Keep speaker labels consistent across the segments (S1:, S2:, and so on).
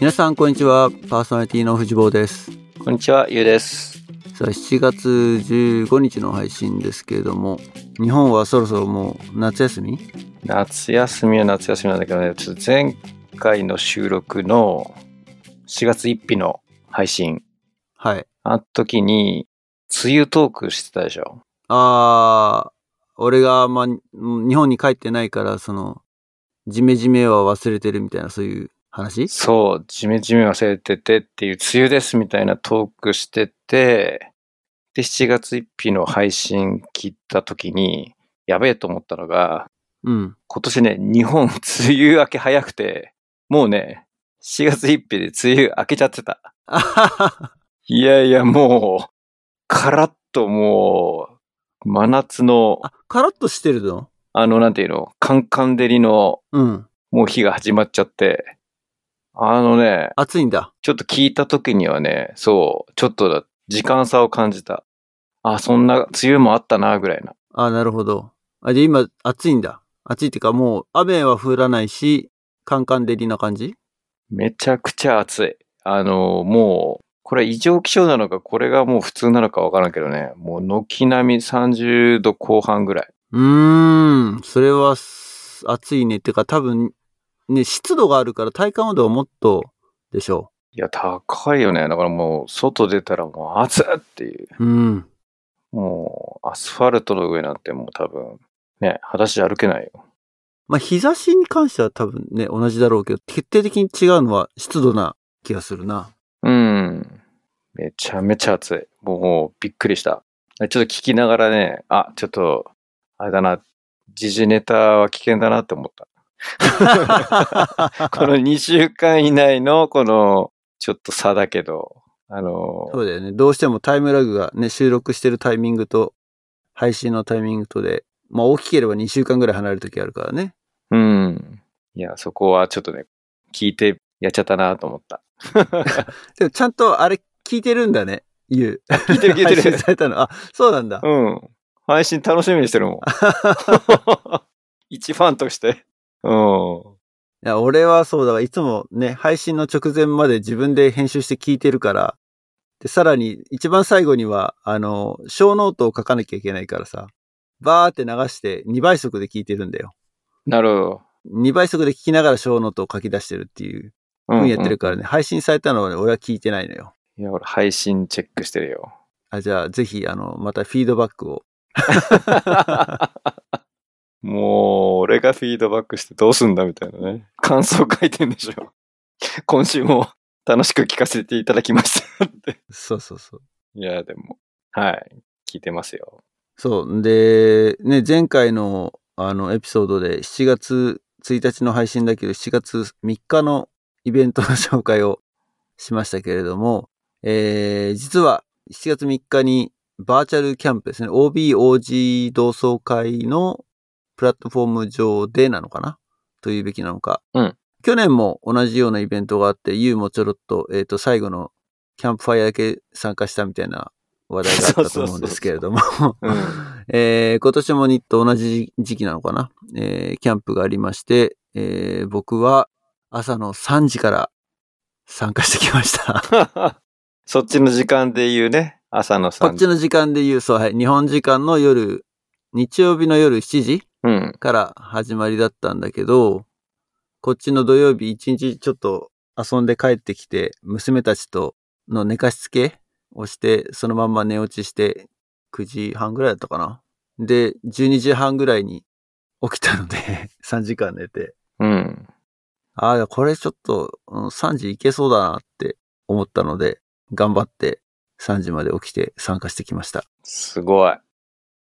S1: 皆さんこんにちはパーソナリティの藤坊です
S2: こんにちは、ゆうです。
S1: さあ7月15日の配信ですけれども日本はそろそろもう夏休み
S2: 夏休みは夏休みなんだけどね、ちょっと前回の収録の4月1日の配信、
S1: はい
S2: あの時に、梅雨トークしてたでしょ。
S1: あー俺があんま日本に帰ってないからそのジメジメは忘れてるみたいなそういう話
S2: そう、ジメジメ忘れててっていう、梅雨ですみたいなトークしてて、で、7月1日の配信聞いた時に、やべえと思ったのが、
S1: うん
S2: 今年ね、日本、梅雨明け早くて、もうね、4月1日で梅雨明けちゃってた。
S1: あははい
S2: やいや、もう、カラッともう、真夏の、
S1: あ カラッとしてるの
S2: あの、なんていうの、カンカン照りの、
S1: うん
S2: もう日が始まっちゃって、あのね、
S1: 暑いんだ
S2: ちょっと聞いた時にはね、そう、ちょっとだ、時間差を感じた。あ、そんな、梅雨もあったな、ぐらいな。
S1: あなるほどあで今暑いんだ暑いっていうかもう雨は降らないしカンカン照りな感じ
S2: めちゃくちゃ暑い。あの、もう、これ異常気象なのか、これがもう普通なのかわからんけどね、もう軒並み30度後半ぐらい。
S1: うーん、それはす暑いね。ってか多分、ね、湿度があるから体感温度はもっとでしょ
S2: いや、高いよね。だからもう、外出たらもう暑っっていう。
S1: う。うん。
S2: もう、アスファルトの上なんてもう多分、ね、裸足で歩けないよ。
S1: まあ、日差しに関しては多分ね、同じだろうけど、決定的に違うのは湿度な気がする な。
S2: うん。めちゃめちゃ暑い。もう、びっくりした。ちょっと聞きながらね、あ、ちょっと、あれだな、時事ネタは危険だなって思った。この2週間以内の、この、ちょっと差だけど、あの、
S1: そうだよね。どうしてもタイムラグがね、収録してるタイミングと、配信のタイミングとで、まあ、大きければ2週間ぐらい離れる時あるからね。
S2: うん。いや、そこはちょっとね、聞いてやっちゃったなと思った。
S1: でもちゃんとあれ聞いてるんだね、言う。
S2: 聞いてる聞いて
S1: 配信
S2: る。
S1: されたの。あ、そうなんだ。
S2: うん。配信楽しみにして るもん。一ファンとして。うん。
S1: いや、俺はそうだわ。いつもね、配信の直前まで自分で編集して聞いてるから。で、さらに、一番最後には、あの、小ノートを書かなきゃいけないからさ、バーって流して2倍速で聞いてるんだよ。
S2: なるほ
S1: 2倍速で聞きながら小ノートを書き出してるっていう
S2: ど。うん
S1: ふう
S2: う
S1: んにやってるからね、配信されたのはね、俺は聞いてないのよ。
S2: いや、俺、配信チェックしてるよ。
S1: あ、じゃあ、ぜひ、あの、またフィードバックを。
S2: もう、俺がフィードバックしてどうすんだみたいなね。感想書いてんでしょ。今週も楽しく聞かせていただきましたって。
S1: そうそうそう。
S2: いや、でも、はい。聞いてます よ。
S1: そう。で、ね、前回の、あの、エピソードで7月1日の配信だけど、7月3日のイベントの紹介をしましたけれども、えー、実は7月3日にバーチャルキャンプですね、OBOG 同窓会のプラットフォーム上でなのかなというべきなのか。
S2: うん
S1: 去年も同じようなイベントがあって、ユーもちょろっと、えっ、と、最後のキャンプファイアだけ参加したみたいな話題があったと思うんですけれども。
S2: うん。
S1: えー今年も日と同じ時期なのかな、えーキャンプがありまして、えー僕は朝の3時から参加してきました。
S2: そっちの時間で言うね。朝の
S1: こ
S2: 3
S1: っちの時間で言う、そう、はい、日本時間の夜、日曜日の夜7時
S2: うん。
S1: から始まりだったんだけど、こっちの土曜日一日ちょっと遊んで帰ってきて、娘たちとの寝かしつけをして、そのまんま寝落ちして、9時半ぐらいだったかな。で、12時半ぐらいに起きたので、3時 間寝て、
S2: うん。
S1: ああ、これちょっと、うん3時いけそうだなって思ったので、頑張って3時まで起きて参加してきました。
S2: すごい。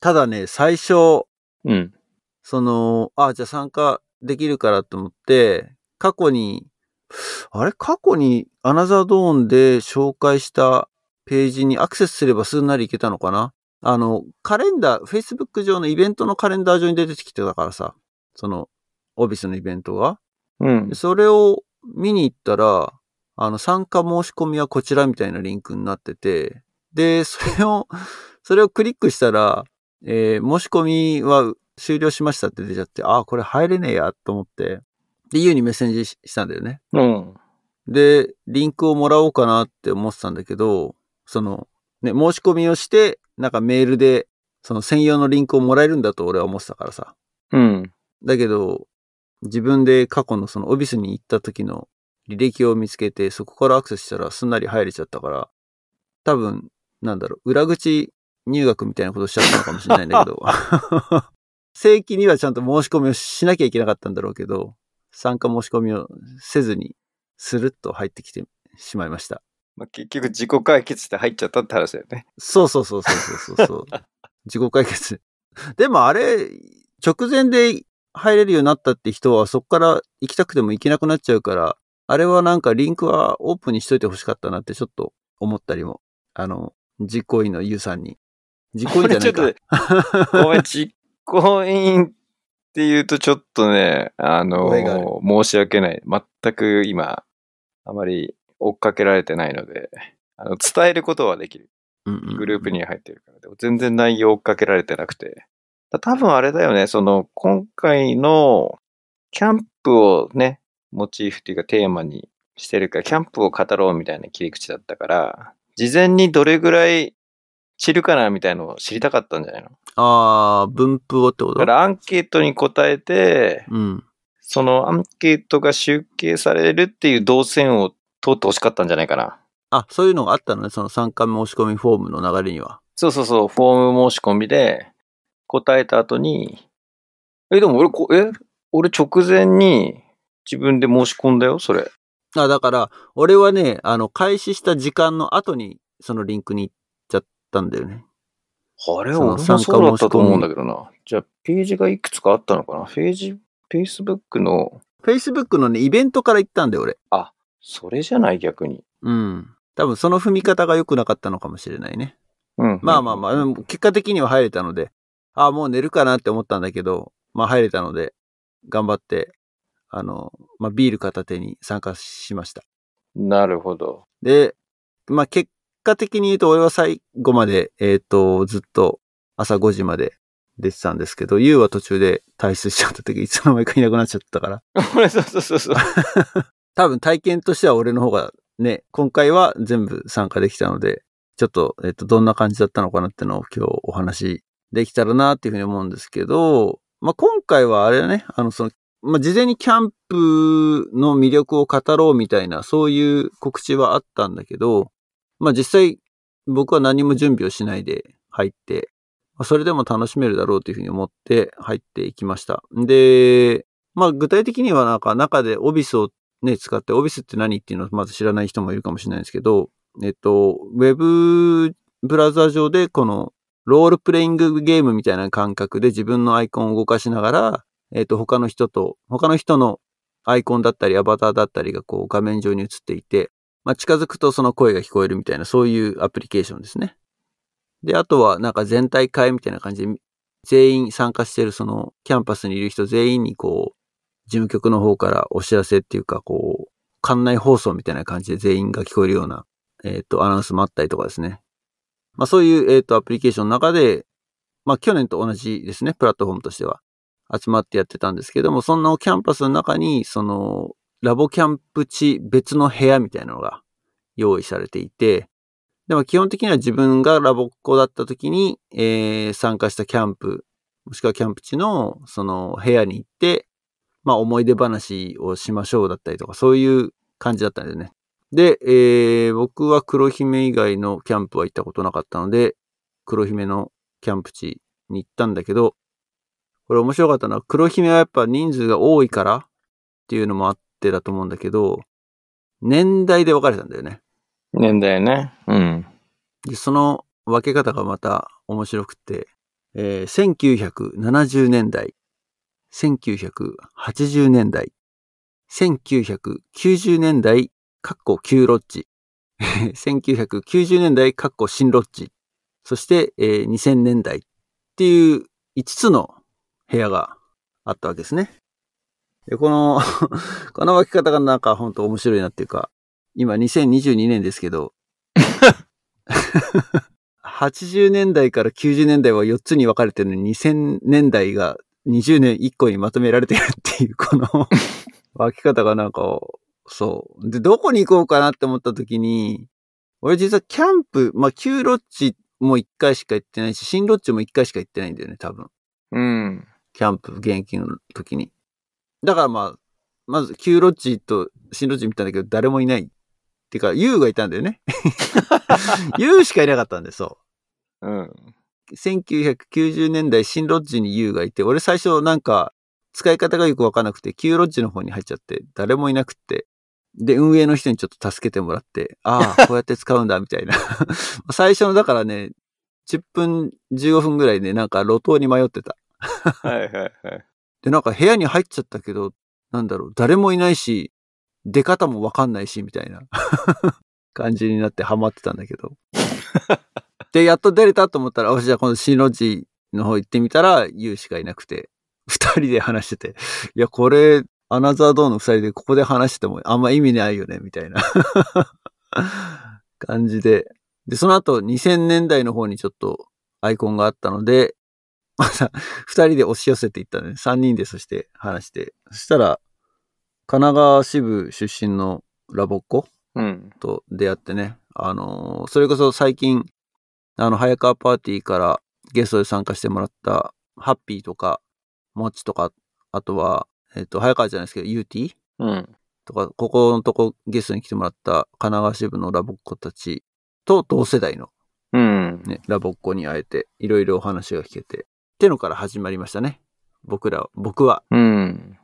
S1: ただね、最初、
S2: うん。
S1: その、あ、じゃあ参加できるからと思って、過去に、あれ過去にアナザードーンで紹介したページにアクセスすればすんなりいけたのかなあの、カレンダー、Facebook 上のイベントのカレンダー上に出てきてたからさ、その、オビスのイベントが。
S2: うん
S1: で。それを見に行ったら、あの、参加申し込みはこちらみたいなリンクになってて、で、それを、それをクリックしたら、えー申し込みは終了しましたって出ちゃって、ああ、これ入れねえやと思って、で、ユウにメッセージししたんだよね。
S2: うん。
S1: で、リンクをもらおうかなって思ってたんだけど、その、ね、申し込みをして、なんかメールで、その専用のリンクをもらえるんだと俺は思ってたからさ。
S2: うん。
S1: だけど、自分で過去のそのオビスに行った時の履歴を見つけて、そこからアクセスしたらすんなり入れちゃったから、多分、なんだろう、裏口入学みたいなことしちゃったのかもしれないんだけど、正規にはちゃんと申し込みをしなきゃいけなかったんだろうけど、参加申し込みをせずに、スルッと入ってきてしまいました。
S2: まあ、結局自己解決して入っちゃったって話だよね。
S1: そうそうそうそうそうそう。自己解決。でもあれ、直前で入れるようになったって人はそこから行きたくても行けなくなっちゃうから、あれはなんかリンクはオープンにしといてほしかったなってちょっと思ったりも。あの、実行委員のゆうさんに。実行委員じゃない
S2: こ
S1: か
S2: れ。ちょっと、お前実行委員って言うとちょっとね、あの
S1: 声がある、
S2: 申し訳ない。全く今、あまり追っかけられてないので、あの伝えることはできる。グ
S1: グ
S2: ループ。に入ってるから。でも全然内容追っかけられてなくて。だ多分あれだよね、その、今回の、キャンプをね、モチーフっていうかテーマにしてるから、キャンプを語ろうみたいな切り口だったから、事前にどれぐらい散るかなみたいのを知りたかったんじゃないの
S1: ああ、分布をってこと
S2: だからアンケートに答えて、
S1: うん。
S2: そのアンケートが集計されるっていう動線を通ってほしかったんじゃないかな。
S1: あ、そういうのがあったのね。その参加申し込みフォームの流れには。
S2: そうそうそう、フォーム申し込みで答えた後に、え、でも俺こ、え、俺直前に自分で申し込んだよ、それ。
S1: あ、だから、俺はね、あの、開始した時間の後に、そのリンクに行っちゃったんだよね。
S2: あれ、
S1: その
S2: 俺もそうだったと思うんだけどな。じゃあ、ページがいくつかあったのかなページ、Facebook の、
S1: Facebook のね、イベントから行ったんだよ、俺。
S2: それじゃない逆に。
S1: うん。多分、その踏み方が良くなかったのかもしれないね。
S2: うん。
S1: まあまあまあ、でも結果的には入れたので、あもう寝るかなって思ったんだけど、まあ入れたので、頑張って、あの、まあビール片手に参加しました。
S2: なるほど。
S1: で、まあ、結果的に言うと、俺は最後まで、えっ、と、ずっと朝5時まで出てたんですけど、ユウは途中で退出しちゃった時、いつの間にかいなくなっちゃったから、
S2: 俺、そうそうそうそう。
S1: 多分体験としては俺の方がね、今回は全部参加できたので、ちょっと、えっ、と、どんな感じだったのかなってのを今日お話できたらなっていうふうに思うんですけど、まあ、今回はあれだね、あの、その、まあ、事前にキャンプの魅力を語ろうみたいな、そういう告知はあったんだけど、まあ、実際僕は何も準備をしないで入って、まあそれでも楽しめるだろうというふうに思って入っていきました。で、まあ、具体的にはなんか中でオビスをね、使って、オフィスって何っていうのをまず知らない人もいるかもしれないですけど、えっと、ウェブブラウザー上でこのロールプレイングゲームみたいな感覚で自分のアイコンを動かしながら、えっと、他の人と、他の人のアイコンだったりアバターだったりがこう画面上に映っていて、まあ、近づくとその声が聞こえるみたいな、そういうアプリケーションですね。で、あとはなんか全体会みたいな感じで、全員参加してるそのキャンパスにいる人全員にこう、事務局の方からお知らせっていうか、こう、館内放送みたいな感じで全員が聞こえるような、えっ、と、アナウンスもあったりとかですね。まあそういう、えっ、と、アプリケーションの中で、まあ去年と同じですね、プラットフォームとしては。集まってやってたんですけども、そのキャンパスの中に、その、ラボキャンプ地別の部屋みたいなのが用意されていて、でも基本的には自分がラボっ子だった時に、えー参加したキャンプ、もしくはキャンプ地の、その部屋に行って、まあ思い出話をしましょうだったりとか、そういう感じだったんだよね。で、えー僕は黒姫以外のキャンプは行ったことなかったので、黒姫のキャンプ地に行ったんだけど、これ面白かったのは、黒姫はやっぱ人数が多いからっていうのもあってだと思うんだけど、年代で分かれたんだよね。
S2: 年代ね。うん。
S1: で、その分け方がまた面白くて、えー1970年代、1980年代、1990年代、かっこ旧ロッ ジ、1990年代、かっこ新ロッジ、そして、えー2000年代っていう5つの部屋があったわけですね。でこの、 この分け方がなんか本当面白いなっていうか、今2022年ですけど、80年代から90年代は4つに分かれてるのに2000年代が20年1個にまとめられてるっていうこの分け方がなんかそう。で、どこに行こうかなって思った時に、俺実はキャンプ、まあ、旧ロッジも一回しか行ってないし、新ロッジも一回しか行ってないんだよね、多分。
S2: うん。
S1: キャンプ、現役の時に。だからまあ、まず旧ロッジと新ロッジ見たんだけど、誰もいない。てか、ユウがいたんだよね。ユウしかいなかったんで、そう。
S2: うん。
S1: 1990年代新ロッジに U がいて、俺最初なんか使い方がよくわかんなくて、旧ロッジの方に入っちゃって、誰もいなくって。で、運営の人にちょっと助けてもらって、ああ、こうやって使うんだ、みたいな。 最初のだからね、10分、15分ぐらいね、なんか路頭に迷ってた。
S2: はいはいはい。
S1: で、なんか部屋に入っちゃったけど、なんだろう、誰もいないし、出方もわかんないし、みたいな 感じになってハマってたんだけど。で、やっと出れたと思ったら、おし、じゃあこの新路地の方行ってみたら、ユウしかいなくて、二人で話してて、いや、これ、アナザードーンの二人でここで話しててもあんま意味ないよね、みたいな 感じで。で、その後2000年代の方にちょっとアイコンがあったので、また二人で押し寄せていったのね。三人でそして話して。そしたら、神奈川支部出身のラボっ子
S2: うん。
S1: と出会ってね。あのーそれこそ最近、あの、早川パーティーからゲストで参加してもらった、ハッピーとか、モッチとか、あとは、えっ、と、早川じゃないですけど、ユーティー
S2: うん。
S1: とか、ここのとこゲストに来てもらった神奈川支部のラボっ子たちと同世代の
S2: うん。
S1: ね、ラボっ子に会えて、いろいろお話が聞けて、ってのから始まりましたね。僕ら、僕は、
S2: うん。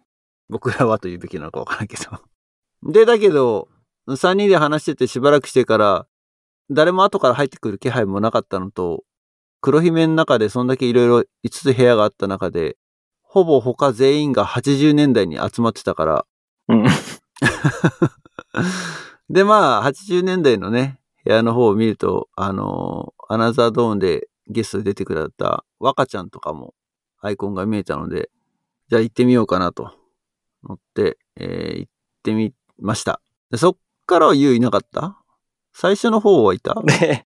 S1: 僕らはというべきなのかわからんけど。 で、だけど、3人で話しててしばらくしてから、誰も後から入ってくる気配もなかったのと、黒姫の中でそんだけいろいろ5つ部屋があった中で、ほぼ他全員が80年代に集まってたから、
S2: うん。
S1: で、まあ、80年代のね、部屋の方を見ると、あのーアナザードーンでゲストで出てくれた若ちゃんとかもアイコンが見えたので、じゃあ行ってみようかなと思って、えー行ってみました。でそっからはユウいなかった最初の方はいた
S2: で、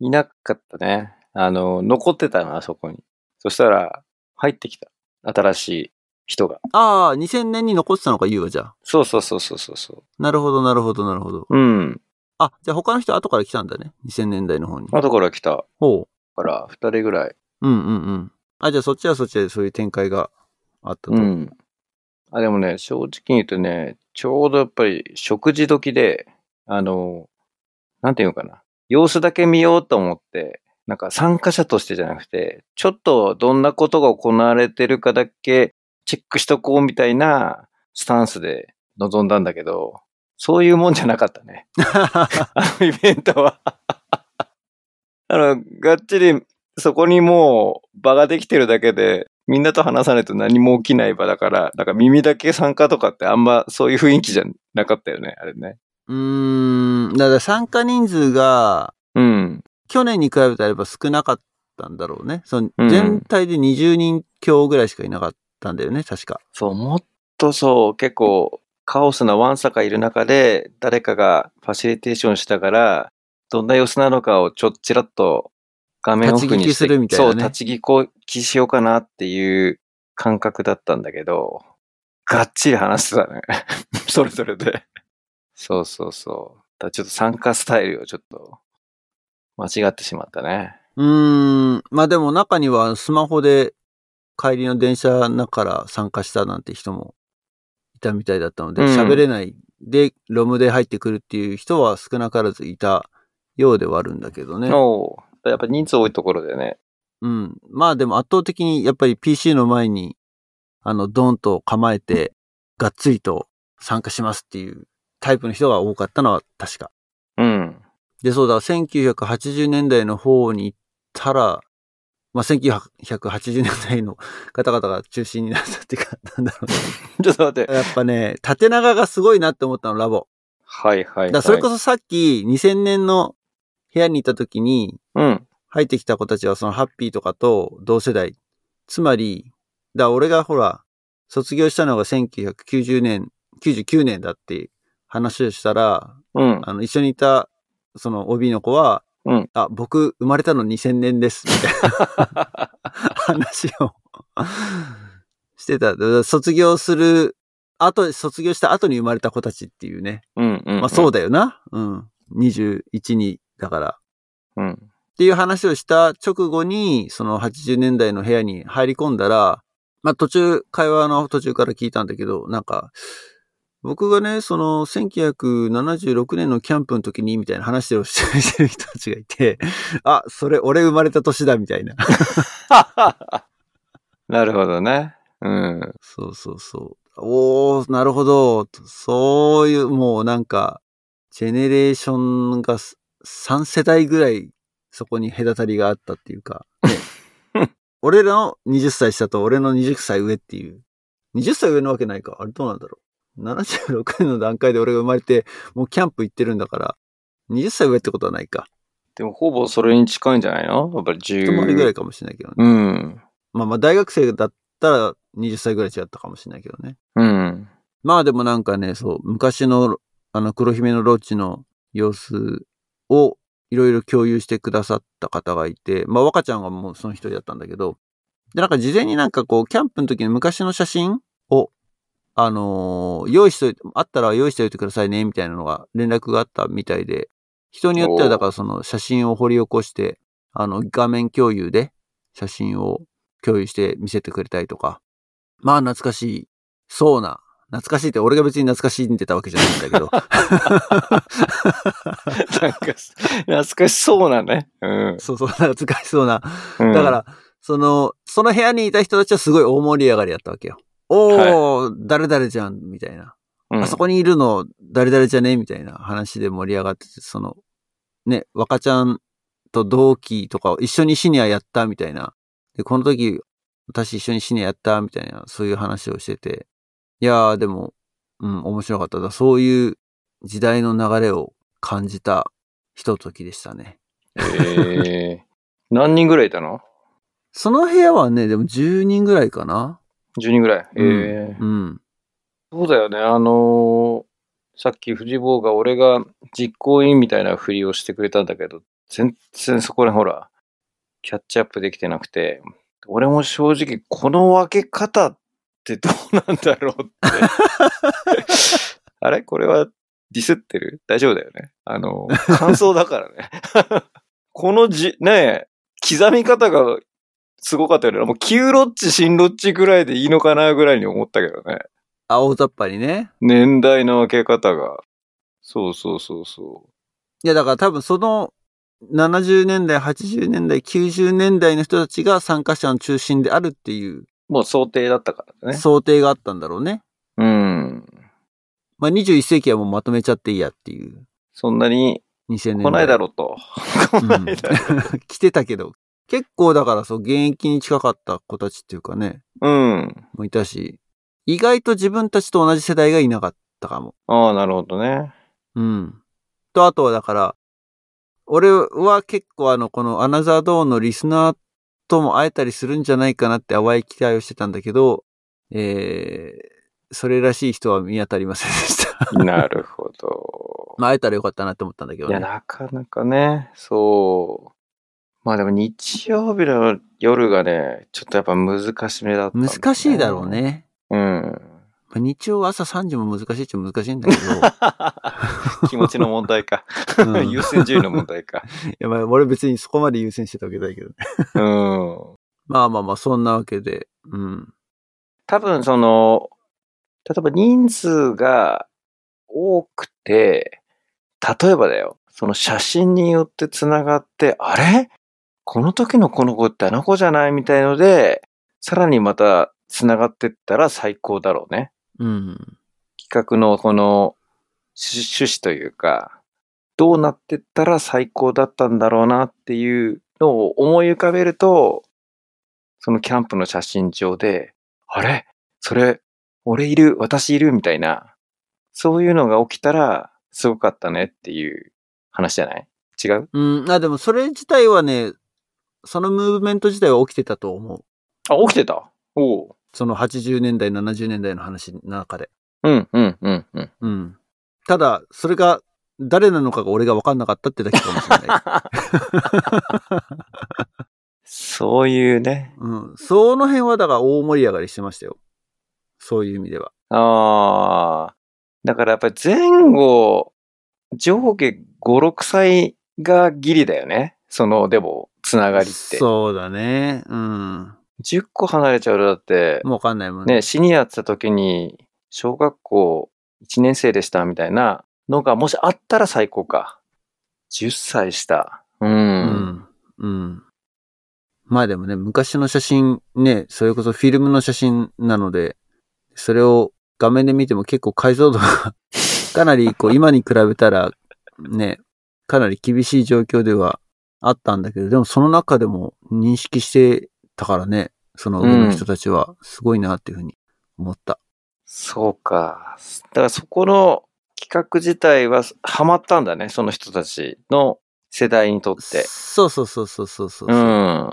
S2: いなかったね。あの、残ってたな、あそこに。そしたら、入ってきた。新しい人が。
S1: ああ、2000年に残ってたのか、ユウはじゃあ。
S2: そうそうそうそうそうそ
S1: なるほど、なるほど、なるほど。
S2: う。うん。
S1: あ、じゃあ他の人後から来たんだね。2000年代の方に。
S2: 後から来た
S1: ほう。
S2: から、二人ぐらい。
S1: うんうんうん。あ、じゃあそっちはそっちでそういう展開があったと。
S2: うん。あ、でもね、正直に言うとね、ちょうどやっぱり食事時で、あの、なんていうのかな。様子だけ見ようと思って、なんか参加者としてじゃなくて、ちょっとどんなことが行われてるかだけチェックしとこうみたいなスタンスで臨んだんだけど、そういうもんじゃなかったね。あのイベントは。 あの、がっちり、そこにもう場ができてるだけで、みんなと話さないと何も起きない場だから、だから耳だけ参加とかってあんまそういう雰囲気じゃなかったよね、あれね。
S1: うーん、だから参加人数が
S2: うん。
S1: 去年に比べたらやっぱ少なかったんだろうね。その
S2: うん
S1: 全体で20人強ぐらいしかいなかったんだよね、確か。
S2: そう、もっとそう、結構カオスなワンサがいる中で、誰かがファシリテーションしながら、どんな様子なのかをちょっちらっと画面オフにし
S1: 立ち
S2: て、
S1: 聞きするみたいなね
S2: そう、立ち聞きしようかなっていう感覚だったんだけど、がっちり話してたね。 それぞれで。そうそうそう。だからちょっと参加スタイルをちょっと間違ってしまったね。
S1: うーん、まあでも中にはスマホで帰りの電車の中から参加したなんて人もいたみたいだったので、
S2: うん
S1: 喋、れないで、ロムで入ってくるっていう人は少なからずいたようではあるんだけどね。
S2: おうやっぱ人数多いところでね。
S1: うん。まあでも圧倒的にやっぱり PC の前に、あの、ドンと構えて、がっつりと参加しますっていうタイプの人が多かったのは確か。
S2: うん。
S1: で、そうだ、1980年代の方に行ったら、まあ、1980年代の方々が中心になったっていうか、なんだろ
S2: ちょっと待って
S1: う。。やっぱね、縦長がすごいなって思ったの、ラボ。
S2: はいはい、は
S1: だ
S2: い。
S1: からそれこそさっき2000年の部屋にいた時に、
S2: うん。
S1: 入ってきた子たちはそのハッピーとかと同世代。つまり、だから俺がほら、卒業したのが1990年、99年だって話をしたら、
S2: うん。
S1: あの、一緒にいた、その OB の子は、
S2: うん
S1: あ、僕、生まれたの2000年です、みたいな話をしてた。だから卒業する後、卒業した後に生まれた子たちっていうね。
S2: うんうん。
S1: まあそう
S2: だ。
S1: だよな。うん。21に、だから。
S2: うん。
S1: っていう話をした直後に、その80年代の部屋に入り込んだら、まあ途中、会話の途中から聞いたんだけど、なんか、僕がね、その1976年のキャンプの時にみたいな話をしてしてる人たちがいて、あ、それ俺生まれた年だみたいな。
S2: なるほどね。うん。
S1: そうそうそう。おー、なるほど。そういう、もうなんか、ジェネレーションが3世代ぐらいそこに隔たりがあったっていうか、ね 俺らの20歳下と俺の20歳上っていう。20歳上なわけないか。あれどうなんだろう。76年の段階で俺が生まれて、もうキャンプ行ってるんだから、20歳上ってことはないか。
S2: でもほぼそれに近いんじゃないのやっぱり10。
S1: 一回りぐらいかもしれないけどね。
S2: うん。
S1: まあまあ大学生だったら20歳ぐらい違ったかもしれないけどね。
S2: うん。
S1: まあでもなんかね、そう、昔の、あの、黒姫のロッチの様子をいろいろ共有してくださった方がいて、まあ若ちゃんはもうその一人だったんだけど、で、なんか事前になんかこう、キャンプの時に昔の写真を、あのー用意しといて、あったら用意しておいてくださいね、みたいなのが連絡があったみたいで、人によってはだからその写真を掘り起こして、あの、画面共有で写真を共有して見せてくれたりとか、まあ懐かしい、そうな懐かしいって、俺が別に懐かしんでたわけじゃないんだけど。
S2: なんか、懐かしそうなね。う ん。
S1: そうそう、懐かしそうな。
S2: うん
S1: だか、ら、その、その部屋にいた人たちはすごい大盛り上がりだったわけよ。おー、誰々じゃん、みたいな。
S2: うん
S1: あそこにいるの、誰々じゃねみたいな話で盛り上がってて、その、ね、若ちゃんと同期とか、一緒にシニアやった、みたいな。で、この時、私一緒にシニアやった、みたいな、そういう話をしてて。いやー、でも、うん、面白かっただ。そういう時代の流れを感じたひとときでしたね。
S2: ええ何人ぐらいいたの
S1: その部屋はね、でも10人ぐらいかな。
S2: ?10 人ぐらい。ええ
S1: うん。
S2: そうだよね。あのーさっき藤坊が俺が実行委員みたいなふりをしてくれたんだけど、全然そこらほら、キャッチアップできてなくて、俺も正直この分け方ってどうなんだろうって。あれこれはディスってる大丈夫だよね。あのー、感想だからね。このじ、ねえ、刻み方がすごかったよね。もう、旧ロッチ、新ロッチぐらいでいいのかなぐらいに思ったけどね。
S1: あ、大雑把にね。
S2: 年代の分け方が。そうそうそうそ
S1: いや、だから多分その70年代、80年代、90年代の人たちが参加者の中心であるっていう
S2: う。もう想定だったからね。
S1: 想定があったんだろうね。
S2: うん。
S1: まあ21世紀はもうまとめちゃっていいやっていう。
S2: そんなに
S1: 2000年代。
S2: 来ないだろうと。来
S1: う
S2: ない
S1: ん
S2: だろ
S1: 来てたけど。結構だからそう、現役に近かった子たちっていうかね、
S2: う。うん。
S1: もういたし、意外と自分たちと同じ世代がいなかったかも。
S2: ああ、なるほ どね。
S1: うん。と、あとはだから、俺は結構あの、このアナザードーンのリスナーとも会えたりするんじゃないかなって淡い期待をしてたんだけど、えー、それらしい人は見当たりませんでした。
S2: なるほど。
S1: まあ会えたらよかったなって思ったんだけど
S2: いや、
S1: ね。
S2: なかなかね、そう。まあでも日曜日の夜がね、ちょっとやっぱ難しめだった、
S1: 難しいだろう。ね。
S2: うん。
S1: まあ日曜朝3時も難しいっちゃ難しいんだけど。
S2: 気持ちの問題か。
S1: うん
S2: 優先順位の問題か。
S1: いやまあ俺別にそこまで優先してたわけだけどね。
S2: うん。
S1: まあまあまあ、そんなわけで。うん。
S2: 多分その、例えば人数が多くて、例えばだよ、その写真によってつながって、あれこの時のこの子ってあの子じゃないみたいので、さらにまたつながってったら最高だろうね。
S1: うん。
S2: 企画のこの趣趣旨というか、どうなってったら最高だったんだろうなっていうのを思い浮かべると、そのキャンプの写真上で、あれそれ、俺いる、私いるみたいな、そういうのが起きたら、すごかったねっていう話じゃない違う
S1: うん。あ、でもそれ自体はね、そのムーブメント自体は起きてたと思う。
S2: あ、起きてたおう。
S1: その80年代、70年代の話の中で。
S2: うん、うん、うん、 うん。
S1: うん。ただ、それが誰なのかが俺が分かんなかったってだけかもしれ ない。
S2: そういうね。
S1: うん。その辺はだから大盛り上がりしてましたよ。そういう意味では。
S2: ああ。だからやっぱり前後、上下5、6歳がギリだよね。その、でも、つながりって。
S1: そうだね。うん。
S2: 10個離れちゃうとだって、
S1: もうわかんないもんね。
S2: ね、シニアって言った時に、小学校1年生でしたみたいなのが、もしあったら最高か。10歳した。うん。
S1: うん。うん。まあでもね、昔の写真ね、それこそフィルムの写真なので、それを画面で見ても結構解像度がかなりこう今に比べたらね、かなり厳しい状況ではあったんだけど、でもその中でも認識してたからね、その上の人たちはすごいなっていうふうに思った。
S2: そうか。だからそこの企画自体はハマったんだね。その人たちの世代にとって。
S1: そうそうそうそうそうそう。
S2: うん。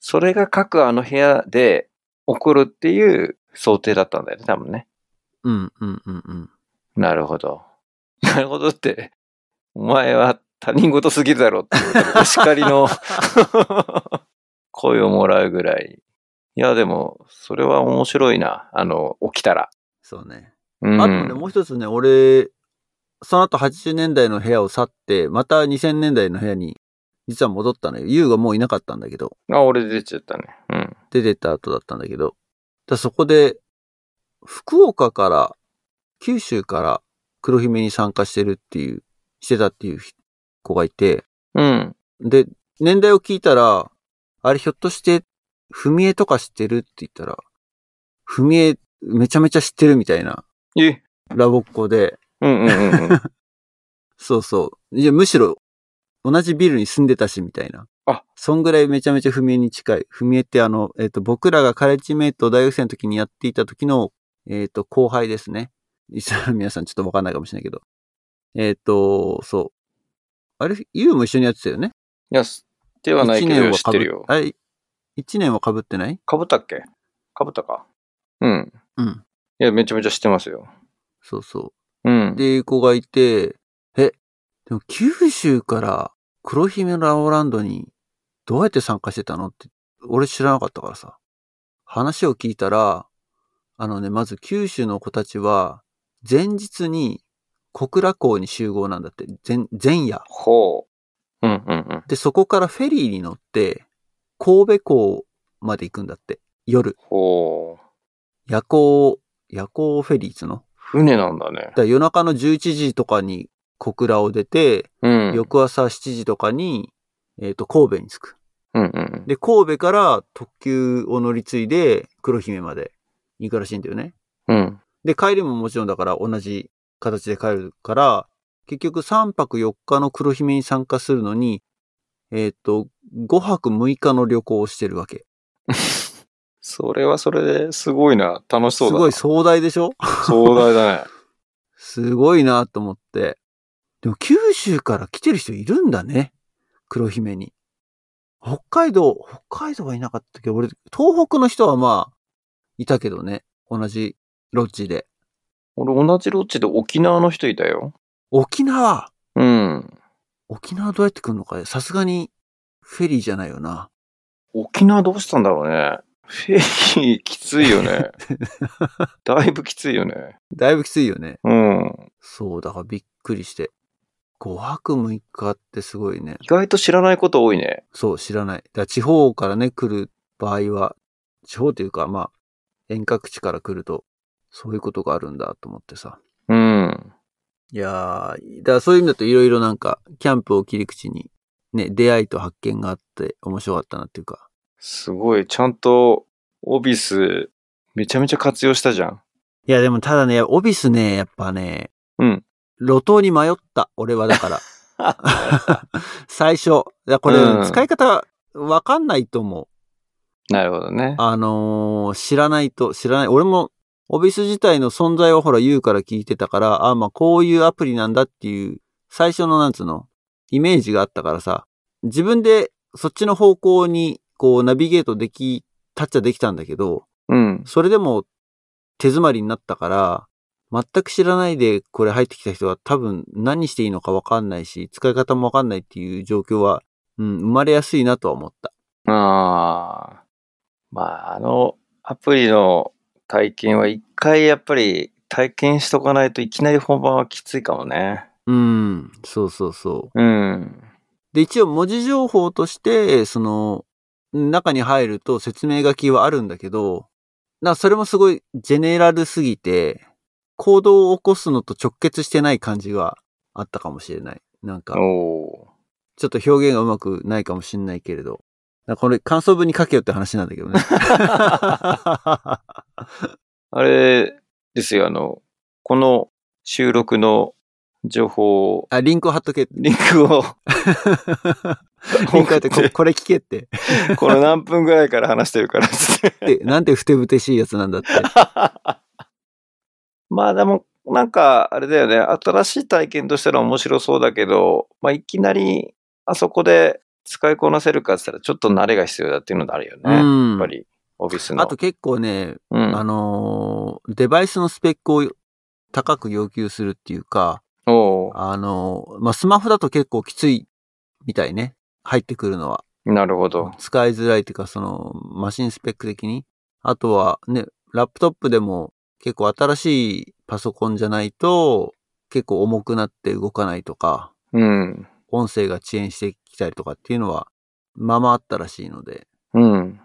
S2: それが各あの部屋で起こるっていう想定だったんだよね、多分ね。
S1: うんうんうんうん。
S2: なるほど。なるほどって、お前は他人事すぎるだろうっていう、お叱りの声をもらうぐらい。いや、でも、それは面白いな。あの、起きたら。
S1: そうね。
S2: うん。
S1: あとね、もう一つね、俺、その後80年代の部屋を去って、また2000年代の部屋に、実は戻ったのよ。ユウがもういなかったんだけど、
S2: あ、俺出ちゃったね。うん。
S1: 出てった後だったんだけど、だからそこで、福岡から、九州から黒姫に参加してるっていう、してたっていう子がいて、
S2: うん。
S1: で、年代を聞いたら、あれひょっとして、踏み絵とか知ってるって言ったら、踏み絵めちゃめちゃ知ってるみたいな、
S2: え、
S1: ラボっ子で、
S2: うんう んうんうん。
S1: そうそう。いや、むしろ、同じビルに住んでたし、みたいな。
S2: あ
S1: そんぐらいめちゃめちゃ踏み絵に近い。踏み絵ってあの、えっ、と、僕らがカレッジメイトを大学生の時にやっていた時の、えっ、と、後輩ですね。リスナーの皆さんちょっとわかんないかもしれないけど。えっ、と、そう。あれ、ユウも一緒にやってたよね。
S2: いや、ではない
S1: 一
S2: け
S1: 年
S2: ど、
S1: は
S2: 知っ
S1: か
S2: て
S1: ぶ
S2: るよ。
S1: あれ、一年は被ってない
S2: かぶったっけかぶったか。うん。
S1: うん。
S2: いや、めちゃめちゃ知ってますよ。
S1: そうそうう。
S2: ん。
S1: で、いう子がいて、え、でも九州から黒姫のラオランドにどうやって参加してたのって、俺知らなかったからさ。話を聞いたら、あのね、まず九州の子たちは、前日に小倉港に集合なんだって、前、前夜。
S2: ほう。うんうんうん。
S1: で、そこからフェリーに乗って、神戸港まで行くんだって。夜。
S2: ほう。
S1: 夜行、夜行フェリーっつうの。
S2: 船なんだね
S1: だ。から夜中の11時とかに小倉を出て、
S2: うん。
S1: 翌朝7時とかに、えっ、と、神戸に着く。
S2: うんうんうん。
S1: で、神戸から特急を乗り継いで、黒姫まで行くらしいんだよね。
S2: うん。
S1: で、帰りももちろんだから同じ形で帰るから、結局3泊4日の黒姫に参加するのに、えっ、と、5泊6日の旅行をしてるわけ。
S2: それはそれですごいな。楽しそう
S1: す
S2: だ
S1: ご。
S2: ない
S1: 壮大でしょ
S2: 壮大だね。
S1: すごいなと思って。でも九州から来てる人いるんだね。黒姫に。北海道、北海道はいなかったけど、俺、東北の人はまあ、いたけどね。同じロッジで。
S2: 俺同じロッジで沖縄の人いたよ。
S1: 沖縄
S2: うん。
S1: 沖縄どうやって来るのかさすがに、フェリーじゃないよな。
S2: 沖縄どうしたんだろうね。フェリーきつい よね。だいぶきついよね。
S1: だいぶきついよね。
S2: うん。
S1: そう、だからびっくりして。5泊6日ってすごいね。
S2: 意外と知らないこと多いね。
S1: そう、知らない。だから地方からね、来る場合は、地方というか、まあ、遠隔地から来ると、そういうことがあるんだと思ってさ。
S2: うん。
S1: いやー、だからそういう意味だといろいろなんか、キャンプを切り口に、ね、出会いと発見があって面白かったなっていうか。
S2: すごい、ちゃんと、オビス、めちゃめちゃ活用したじゃん。
S1: いや、でもただね、オビスね、やっぱね、
S2: うん。
S1: 路頭に迷った、俺はだから。 最初。いや、これ、
S2: うん
S1: 使い方わかんないと思う。
S2: なるほど ね。
S1: あのー知らないと、知らない。俺も、オビス自体の存在をほら、言うから聞いてたから、あ、まあ、こういうアプリなんだっていう、最初のなんつうの、イメージがあったからさ、自分でそっちの方向に、こう、ナビゲートでき、たっちゃできたんだけど、
S2: うん。
S1: それでも、手詰まりになったから、全く知らないでこれ入ってきた人は多分何していいのかわかんないし、使い方もわかんないっていう状況は、うん、生まれやすいなとは思った。
S2: ああ。まあ、あの、アプリの体験は一回やっぱり体験しとかないといきなり本番はきついかもね。
S1: うん、そうそうそう。
S2: うん。
S1: で、一応文字情報として、その、中に入ると説明書きはあるんだけど、な、それもすごいジェネラルすぎて、行動を起こすのと直結してない感じがあったかもしれない。なんか、
S2: おー
S1: ちょっと表現がうまくないかもしれないけれど。なこれ感想文に書けよって話なんだけど ね。
S2: あれですよ、あの、この収録の情報を、
S1: あ、リンクを貼っと けって。
S2: リンクを
S1: リンク貼ってこ、これ聞けって。
S2: この何分ぐらいから話してるからっつって
S1: で、なんてふてぶてしいやつなんだって。
S2: まあでも、なんか、あれだよね、新しい体験としたら面白そうだけど、まあいきなり、あそこで使いこなせるかって言ったら、ちょっと慣れが必要だっていうのがあるよね。やっ
S1: ん
S2: ぱり、オフィスの。
S1: あと結構ね、
S2: うん、
S1: あのーデバイスのスペックを高く要求するっていうか、
S2: お
S1: あのーまあ、スマホだと結構きついみたいね。入ってくるのは。
S2: うなるほど。
S1: 使いづらいっていうか、その、マシンスペック的に。あとはね、ラップトップでも結構新しいパソコンじゃないと、結構重くなって動かないとか、
S2: うん。
S1: 音声が遅延してきたりとかっていうのは、まあまああったらしいので。
S2: うん。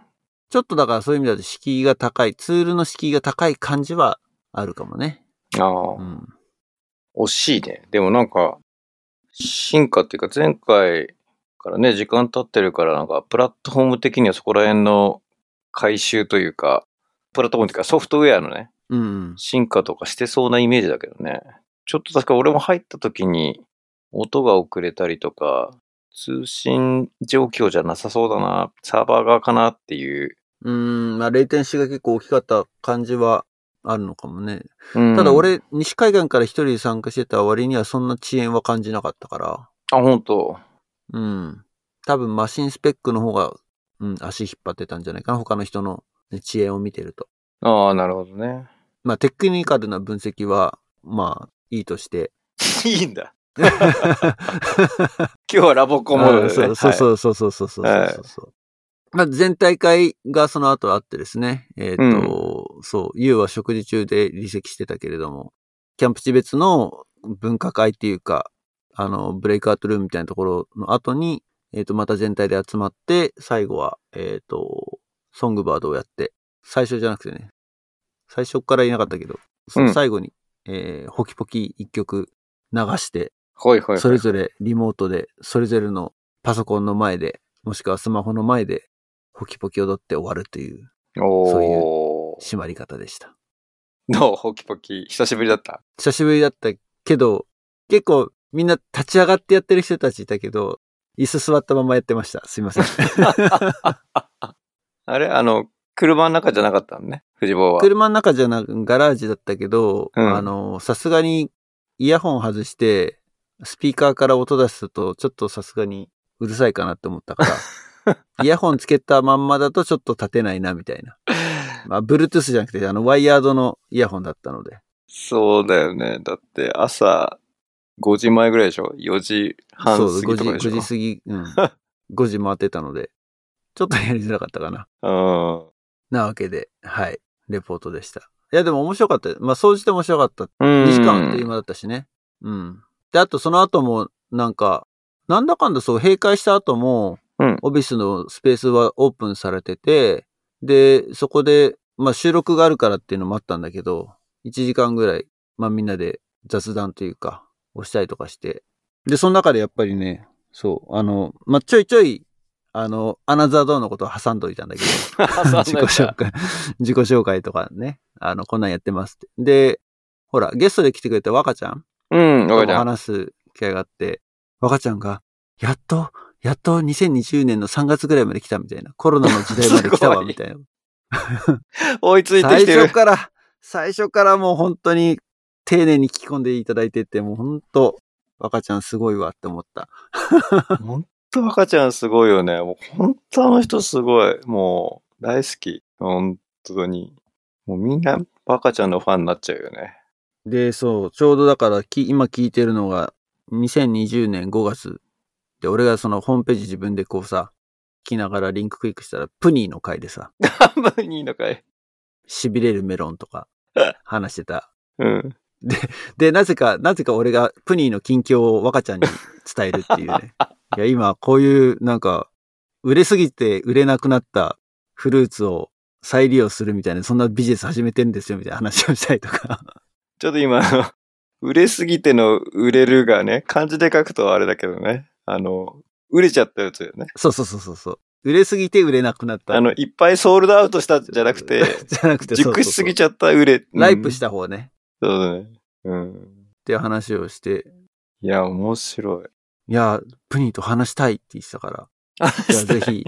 S1: ちょっとだからそういう意味だと敷居が高い、ツールの敷居が高い感じはあるかもね。
S2: ああ、
S1: うん。
S2: 惜しいね。でもなんか、進化っていうか、前回からね、時間経ってるから、なんか、プラットフォーム的にはそこら辺の回収というか、プラットフォームというか、ソフトウェアのね、
S1: うん。
S2: 進化とかしてそうなイメージだけどね。ちょっと確か俺も入った時に音が遅れたりとか、通信状況じゃなさそうだな、サーバー側かなっていう。
S1: うん、まあ、レイテンシーが結構大きかった感じはあるのかもね。
S2: うん
S1: ただ、俺、西海岸から一人で参加してた割にはそんな遅延は感じなかったか
S2: あ、本当
S1: ら、うん。多分マシンスペックの方が、うん、足引っ張ってたんじゃないかな。他の人のね遅延を見てると。
S2: ああ、なるほどね。
S1: まあ、テクニカルな分析は、まあ、いいとして。
S2: いいんだ。今日はラボコモードで、ね。
S1: うんそうそうそうそうそうそうそうそう
S2: はい
S1: そうまあ、全体会がその後あってですね、えっ、と、そう、ユウは食事中で離席してたけれども、キャンプ地別の分科会っていうか、あの、ブレイクアウトルームみたいなところの後に、えっ、と、また全体で集まって、最後は、えっ、と、ソングバードをやって、最初じゃなくてね、最初からいなかったけど、その最後に、えーホキポキ一曲流して、
S2: はいはいはい。
S1: それぞれリモートで、それぞれのパソコンの前で、もしくはスマホの前で、ホキポキ踊って終わるというそういう
S2: おー。
S1: 締まり方でした。
S2: どうホキポキ。久しぶりだった。
S1: 久しぶりだったけど、結構みんな立ち上がってやってる人たちいたけど、椅子座ったままやってました。すいません。
S2: あれあの、車の中じゃなかったのね、藤坊は。
S1: 車の中じゃなく、ガラージだったけど、
S2: うん
S1: あの、さすがにイヤホン外して、スピーカーから音出すと、ちょっとさすがにうるさいかなって思った から、イヤホンつけたまんまだとちょっと立てないな、みたいな。まあ、Bluetooth じゃなくて、あの、ワイヤードのイヤホンだったので。
S2: そうだよね。だって朝5時前ぐらいでしょ ?4 時半
S1: そう、
S2: 過ぎとか
S1: 5
S2: で
S1: 時、
S2: しょ
S1: 5時過ぎ、うん。5時回ってたので、ちょっとやりづらかったかな。なわけで、はい、レポートでした。いや、でも面白かった。まあ、総じて面白かった
S2: うん。
S1: 2時間あっという
S2: うん。
S1: 間だったしね。うん。で、あとその後も、なんか、なんだかんだそう、閉会した後も、
S2: うん
S1: オフィスのスペースはオープンされてて、で、そこで、まあ収録があるからっていうのもあったんだけど、1時間ぐらい、まあみんなで雑談というか、をしたりとかして。で、その中でやっぱりね、そう、あの、まあちょいちょい、あの、アナザードアのことを挟んどいたんだけど、 自己紹介、自己紹介とかね、あの、こんなんやってますって。で、ほら、ゲストで来てくれた若ちゃん
S2: うん、
S1: と
S2: わか
S1: も
S2: ちゃん。
S1: 話す機会があって、若ちゃんが、やっと、やっと2020年の3月ぐらいまで来たみたいな、コロナの時代まで来た
S2: す
S1: わ、
S2: ごい
S1: みたいな。
S2: 追いついて
S1: 最
S2: きて
S1: 初
S2: る。
S1: から、最初からもう本当に丁寧に聞き込んでいただいてて、もう本当、若ちゃんすごいわって思った。
S2: ほんと若ちゃんすごいよね。もうほんとあの人すごい。もう大好き。ほんとに。もうみんな若ちゃんのファンになっちゃうよね。
S1: で、そう、ちょうどだからき、今聞いてるのが、2020年5月。で、俺がそのホームページ自分でこうさ、聞きながらリンククリックしたら、プニーの回でさ、
S2: 半分にいいのかい。
S1: 痺れるメロンとか話してた。
S2: うん。
S1: で、なぜか、なぜか俺がプニーの近況を若ちゃんに伝えるっていうね。いや、今こういうなんか、売れすぎて売れなくなったフルーツを再利用するみたいな、そんなビジネス始めてるんですよみたいな話をしたりとか。
S2: ちょっと今、あの売れすぎての売れるがね、漢字で書くとあれだけどね。あの、売れちゃったやつよね。
S1: そうそうそうそうそう。売れすぎて売れなくなった。
S2: あの、いっぱいソールドアウトしたじゃ なくて、
S1: じゃなくて、そうそうそう
S2: 熟しすぎちゃった売れ。うん
S1: ライプし。た方ね。
S2: そうだね。うん。
S1: っていう話をして、
S2: いや、面白い。
S1: いや、プニーと話したいって言ってたから、じゃ あぜひ、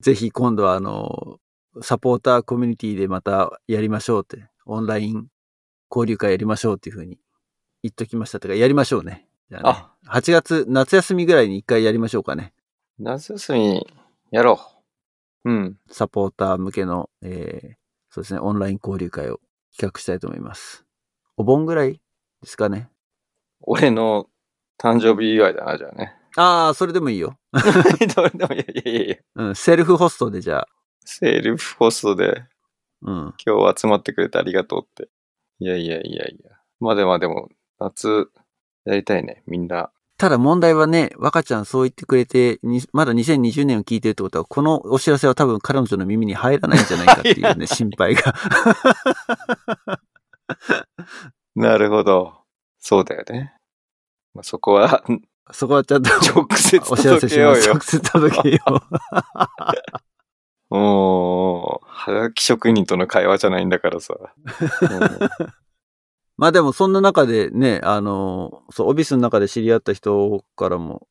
S1: ぜひ今度はあの、サポーターコミュニティでまたやりましょうって、オンライン交流会やりましょうっていうふうに言っときましたとか、やりましょうね。じゃあね
S2: あ、
S1: 8月、夏休みぐらいに一回やりましょうかね。
S2: 夏休み、やろう。うん。
S1: サポーター向けの、えー、そうですね、オンライン交流会を企画したいと思います。お盆ぐらいですかね。
S2: 俺の誕生日祝いだな、じゃあね。
S1: ああ、それでもいいよ。
S2: どれでもいやいやいやいや。
S1: うん、セルフホストでじゃあ、
S2: セルフホストで
S1: うん。
S2: 今日集まってくれてありがとうって。いやいやいやいや。まあでもまあでも、夏やりたいね、みんな。
S1: ただ問題はね、若ちゃんそう言ってくれて、にまだ2020年を聞いてるってことは、このお知らせは多分彼女の耳に入らないんじゃないか っていうね、心配が。
S2: なるほど。そうだよね。まあそこは
S1: そこはちゃんと
S2: 直接
S1: お知らせ
S2: 届け
S1: し
S2: よ
S1: ま
S2: う
S1: す。
S2: よ
S1: 直。接届けよう。
S2: おー、はがき職人との会話じゃないんだからさ。うん
S1: まあでもそんな中でね、あの、そう、オフィスの中で知り合った人からも、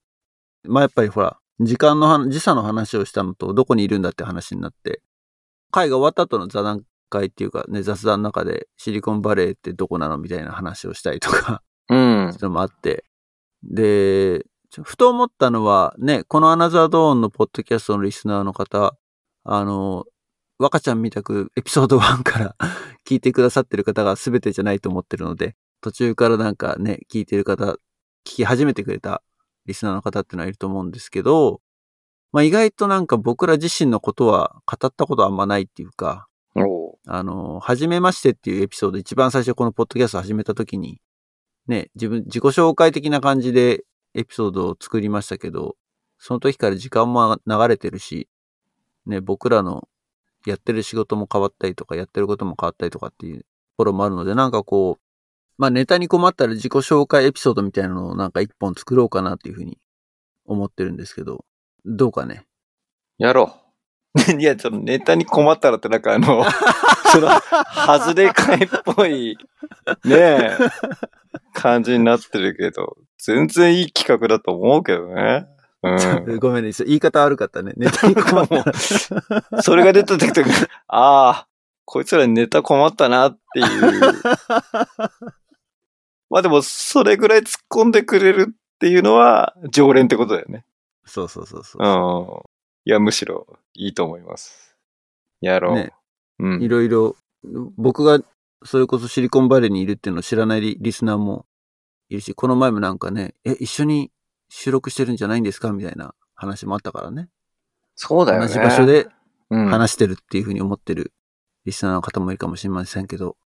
S1: まあやっぱりほら、時間の話、時差の話をしたのと、どこにいるんだって話になって、会が終わった後の座談会っていうかね、雑談の中でシリコンバレーってどこなのみたいな話をしたりとか、
S2: うん
S1: っていうのもあって。で、ちょふと思ったのは、ね、このアナザードーンのポッドキャストのリスナーの方、あの、若ちゃんみたくエピソード1から 聞いてくださってる方が全てじゃないと思ってるので、途中からなんかね、聞いてる方、聞き始めてくれたリスナーの方ってのはいると思うんですけど、まあ意外となんか僕ら自身のことは語ったことあんまないっていうか、
S2: おー
S1: あの、はじめましてっていうエピソード、一番最初このポッドキャスト始めた時に、ね、自分、自己紹介的な感じでエピソードを作りましたけど、その時から時間も流れてるし、ね、僕らのやってる仕事も変わったりとか、やってることも変わったりとかっていうところもあるので、なんかこう、まあネタに困ったら自己紹介エピソードみたいなのをなんか一本作ろうかなっていうふうに思ってるんですけど、どうかね。
S2: やろう。い や、そのネタに困ったらってなんか あの、その、外れ替えっぽい、ねえ、感じになってるけど、全然いい企画だと思うけどね。う
S1: ごめんね、言い方悪かったね。ネタに困ったら。
S2: ん。それが出た時とか、 ああ、こいつらネタ困ったなって いう。まあでも、それぐらい突っ込んでくれるっていうのは、常連ってことだよね。
S1: そうそうそうそう。
S2: うん。いや、むしろ、いいと思います。やろう。
S1: ね
S2: うん
S1: い。ろいろ、僕がそれこそシリコンバレーにいるっていうのを知らないリリスナーもいるし、この前もなんかね、え、一緒に収録してるんじゃないんですかみたいな話もあったからね。
S2: そうだよね。
S1: 同じ場所で
S2: うん、
S1: 話してるっていうふうに思ってるリスナーの方もいるかもしれませんけど、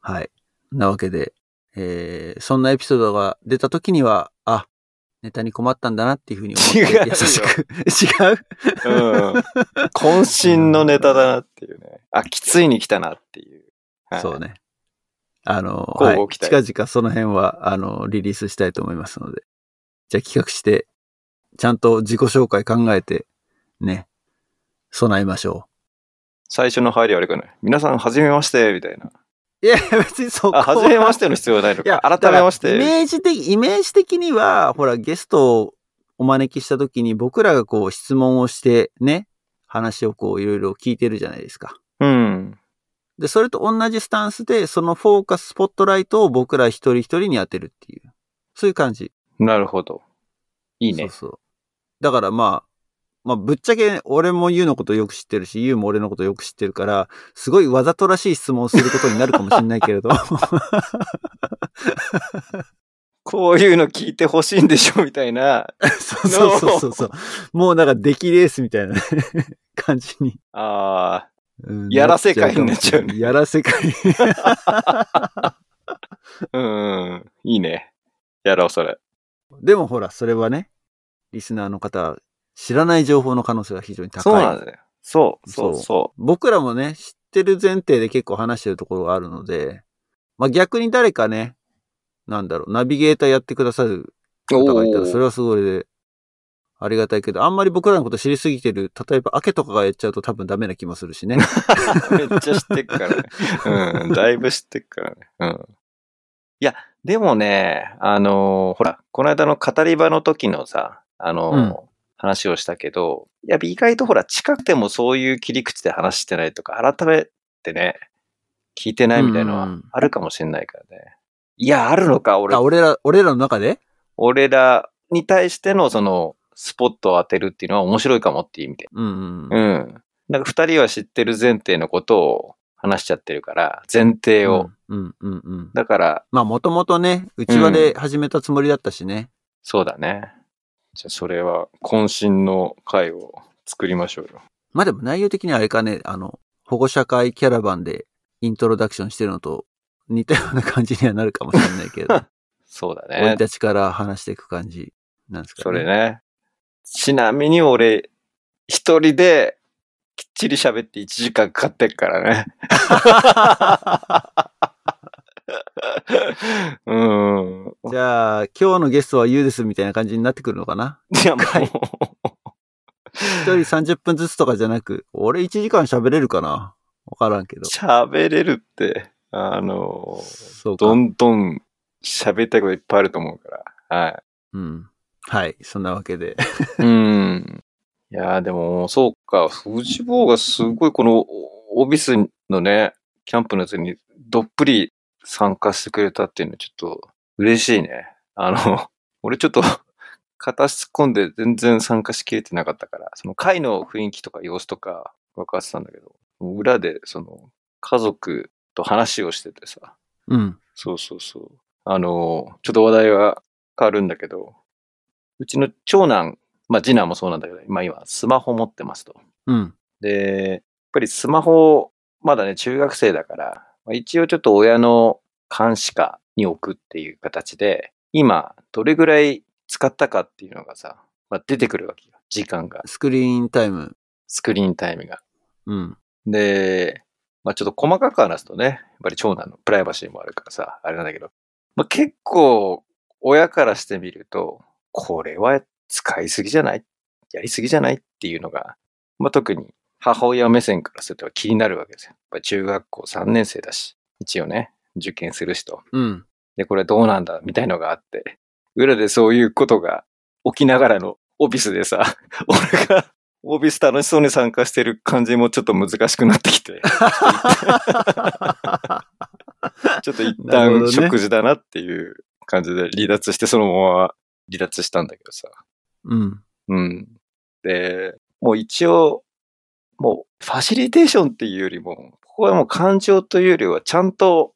S1: はい。なわけで、えー、そんなエピソードが出た時には、あ、ネタに困ったんだなっていうふうに思って
S2: 違うよ
S1: 優しく、違う
S2: うん。渾身のネタだなっていうね。あ、きついに来たなっていう。はい
S1: そう。ね。あの、
S2: 乞う
S1: はい
S2: ご期待
S1: 近々その辺は、あの、リリースしたいと思いますので。じゃあ企画して、ちゃんと自己紹介考えて、ね、備えましょ
S2: 最初の入りはあれかね。皆さん、はじめまして、みたいな。
S1: う。いやいや、別にそこ。
S2: あ、はじめましてての必要はないの
S1: いや、
S2: か。改めまし
S1: だからイ
S2: て。
S1: メージ的、イメージ的には、ほら、ゲストをお招きした時に僕らがこう質問をして、ね、話をこういろいろ聞いてるじゃないですか。
S2: うん。
S1: で、それと同じスタンスで、そのフォーカス、スポットライトを僕ら一人一人に当てるっていう。そういう感じ。
S2: なるほど。いい
S1: そ
S2: ね。
S1: うそう。だからまあ、まあ、ぶっちゃけ俺もユウのことよく知ってるし、ユウも俺のことよく知ってるから、すごいわざとらしい質問をすることになるかもしれないけ れど、
S2: こういうの聞いてほしいんでしょ、みたいな。
S1: そう そうそうそうそう。もうなんか出来レースみたいなね感じに。
S2: ああ、
S1: うん
S2: やらせ会になっちゃうね
S1: やらせ会。
S2: うんうん。いいね。やろう、それ。
S1: でもほら、それはね、リスナーの方、知らない情報の可能性が非常に高い。
S2: そうなんだよ。そう、そう、
S1: そう
S2: そ
S1: 僕らもね、知ってる前提で結構話してるところがあるので、まあ逆に誰かね、なんだろう、ナビゲーターやってくださる
S2: う。
S1: 方がいたら、
S2: ー
S1: それはすごいで、ありがたいけど、あんまり僕らのこと知りすぎてる、例えば、明けとかがやっちゃうと多分ダメな気もするし ね。
S2: めっちゃ知ってっからね。うん、だいぶ知ってっからね。うん。いや、でもね、あのーほら、この間の語り場の時のさ、あのー
S1: うん
S2: 話をしたけど、やっぱ意外とほら、近くてもそういう切り口で話してないとか、改めてね、聞いてないみたいなの
S1: うんう
S2: は
S1: ん
S2: あるかもしれないからね。いや、あるのか、俺
S1: あ、、俺ら、俺らの中で
S2: 俺らに対してのその、スポットを当てるっていうのは面白いかもっていう意味で。
S1: うんうん。
S2: う
S1: うん
S2: ん。なんか二人は知ってる前提のことを話しちゃってるから、前提を。
S1: うんうんうん。
S2: だから、
S1: まあ、もともとね、内輪で始めたつもりだったしね。
S2: そうだね。じゃあそれは渾身の回を作りましょうよ。
S1: まあでも内容的にはあれかね、あの、保護者会キャラバンでイントロダクションしてるのと似たような感じにはなるかもしれないけど、
S2: そうだ
S1: 俺
S2: ね。
S1: たちから話していく感じなんですか
S2: そ
S1: ね。
S2: れね。ちなみに俺、一人できっちり喋って1時間かかってっからね。 うん。
S1: じゃあ、今日のゲストはゆうですみたいな感じになってくるのかない
S2: や、もう。
S1: 一人30分ずつとかじゃなく、俺1時間喋れるかなわからんけど。
S2: 喋れるって、あの、
S1: そうか
S2: ど。んどん喋りたいこといっぱいあると思うから。は
S1: うん。はい。そんなわけで。
S2: い。うん。いやーでも、そうか、藤坊がすごいこのオフィスのね、キャンプのやつにどっぷり参加してくれたっていうのはちょっと嬉しいね。あの、 俺ちょっと片突っ込んで全然参加しきれてなかったから、その会の雰囲気とか様子とか分かってたんだけど、裏でその家族と話をしててさ、
S1: うん。
S2: そうそうそう。あの、ちょっと話題は変わるんだけど、うちの長男、まあ次男もそうなんだけど、まあ今スマホ持ってますと。
S1: うん。
S2: で、やっぱりスマホ、まだね、中学生だから、まあ、一応ちょっと親の監視下に置くっていう形で、今、どれぐらい使ったかっていうのがさ、まあ、出てくるわけよ。時間が、
S1: スクリーンタイム。
S2: スクリーンタイムが。
S1: うん。
S2: で、まあちょっと細かく話すとね、やっぱり長男のプライバシーもあるからさ、あれなんだけど、まあ結構親からしてみると、これは使いすぎじゃないやりすぎじゃないっていうのが、まあ特に母親目線からすると気になるわけですよ。やっぱり中学校3年生だし、一応ね、受験するしと。
S1: うん。
S2: で、これどうなんだみたいのがあって、裏でそういうことが起きながらのオフィスでさ、 俺がオフィス楽しそうに参加してる感じもちょっと難しくなって きて、ちょっと一
S1: なるほど
S2: 旦
S1: ね
S2: 食事だなっていう感じで離脱して、そのまま離脱したんだけどさ。
S1: うん。
S2: うん。で、もう一応、もうファシリテーションっていうよりも、ここはもう感情というよりはちゃんと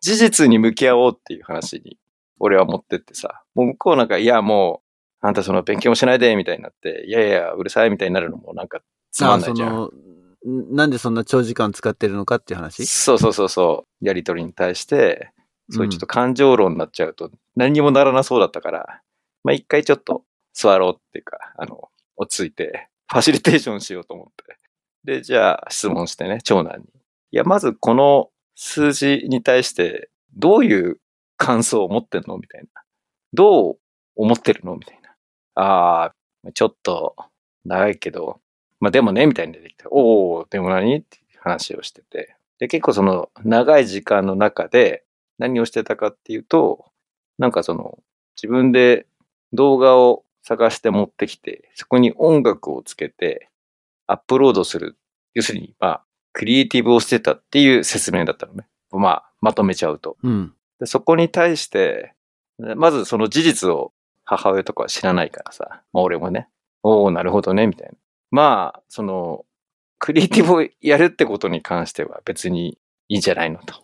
S2: 事実に向き合おうっていう話に俺は持ってってさ、もう向こうなんか、いやもう、あんたその勉強もしないで、みたいになって、いやいや、うるさいみたいになるのもなんかつまんないじゃん。
S1: あそのんなんでそんな長時間使ってるのかっていう話
S2: そうそうそうそう。やりとりに対して、そういうちょっと感情論になっちゃうと何にもならなそうだったから、まあ一回ちょっと座ろうっていうか、あの、落ち着いて、ファシリテーションしようと思って。で、じゃあ質問してね、長男に。いや、まずこの数字に対してどういう感想を持ってんのみたいな。どう思ってるのみたいな。ああ、ちょっと長いけど、まあでもね、みたいに出てきて、おお、でも何って話をしてて。で、結構その長い時間の中で何をしてたかっていうと、なんかその自分で動画を探して持ってきて、そこに音楽をつけてアップロードする。要するに、まあ、クリエイティブをしてたっていう説明だったのね。まあ、まとめちゃうと。
S1: うん。
S2: で、そこに対して、まずその事実を母親とかは知らないからさ、まあ俺もね、おおなるほどね、みたいな。まあ、その、クリエイティブをやるってことに関しては別にいいんじゃないのと。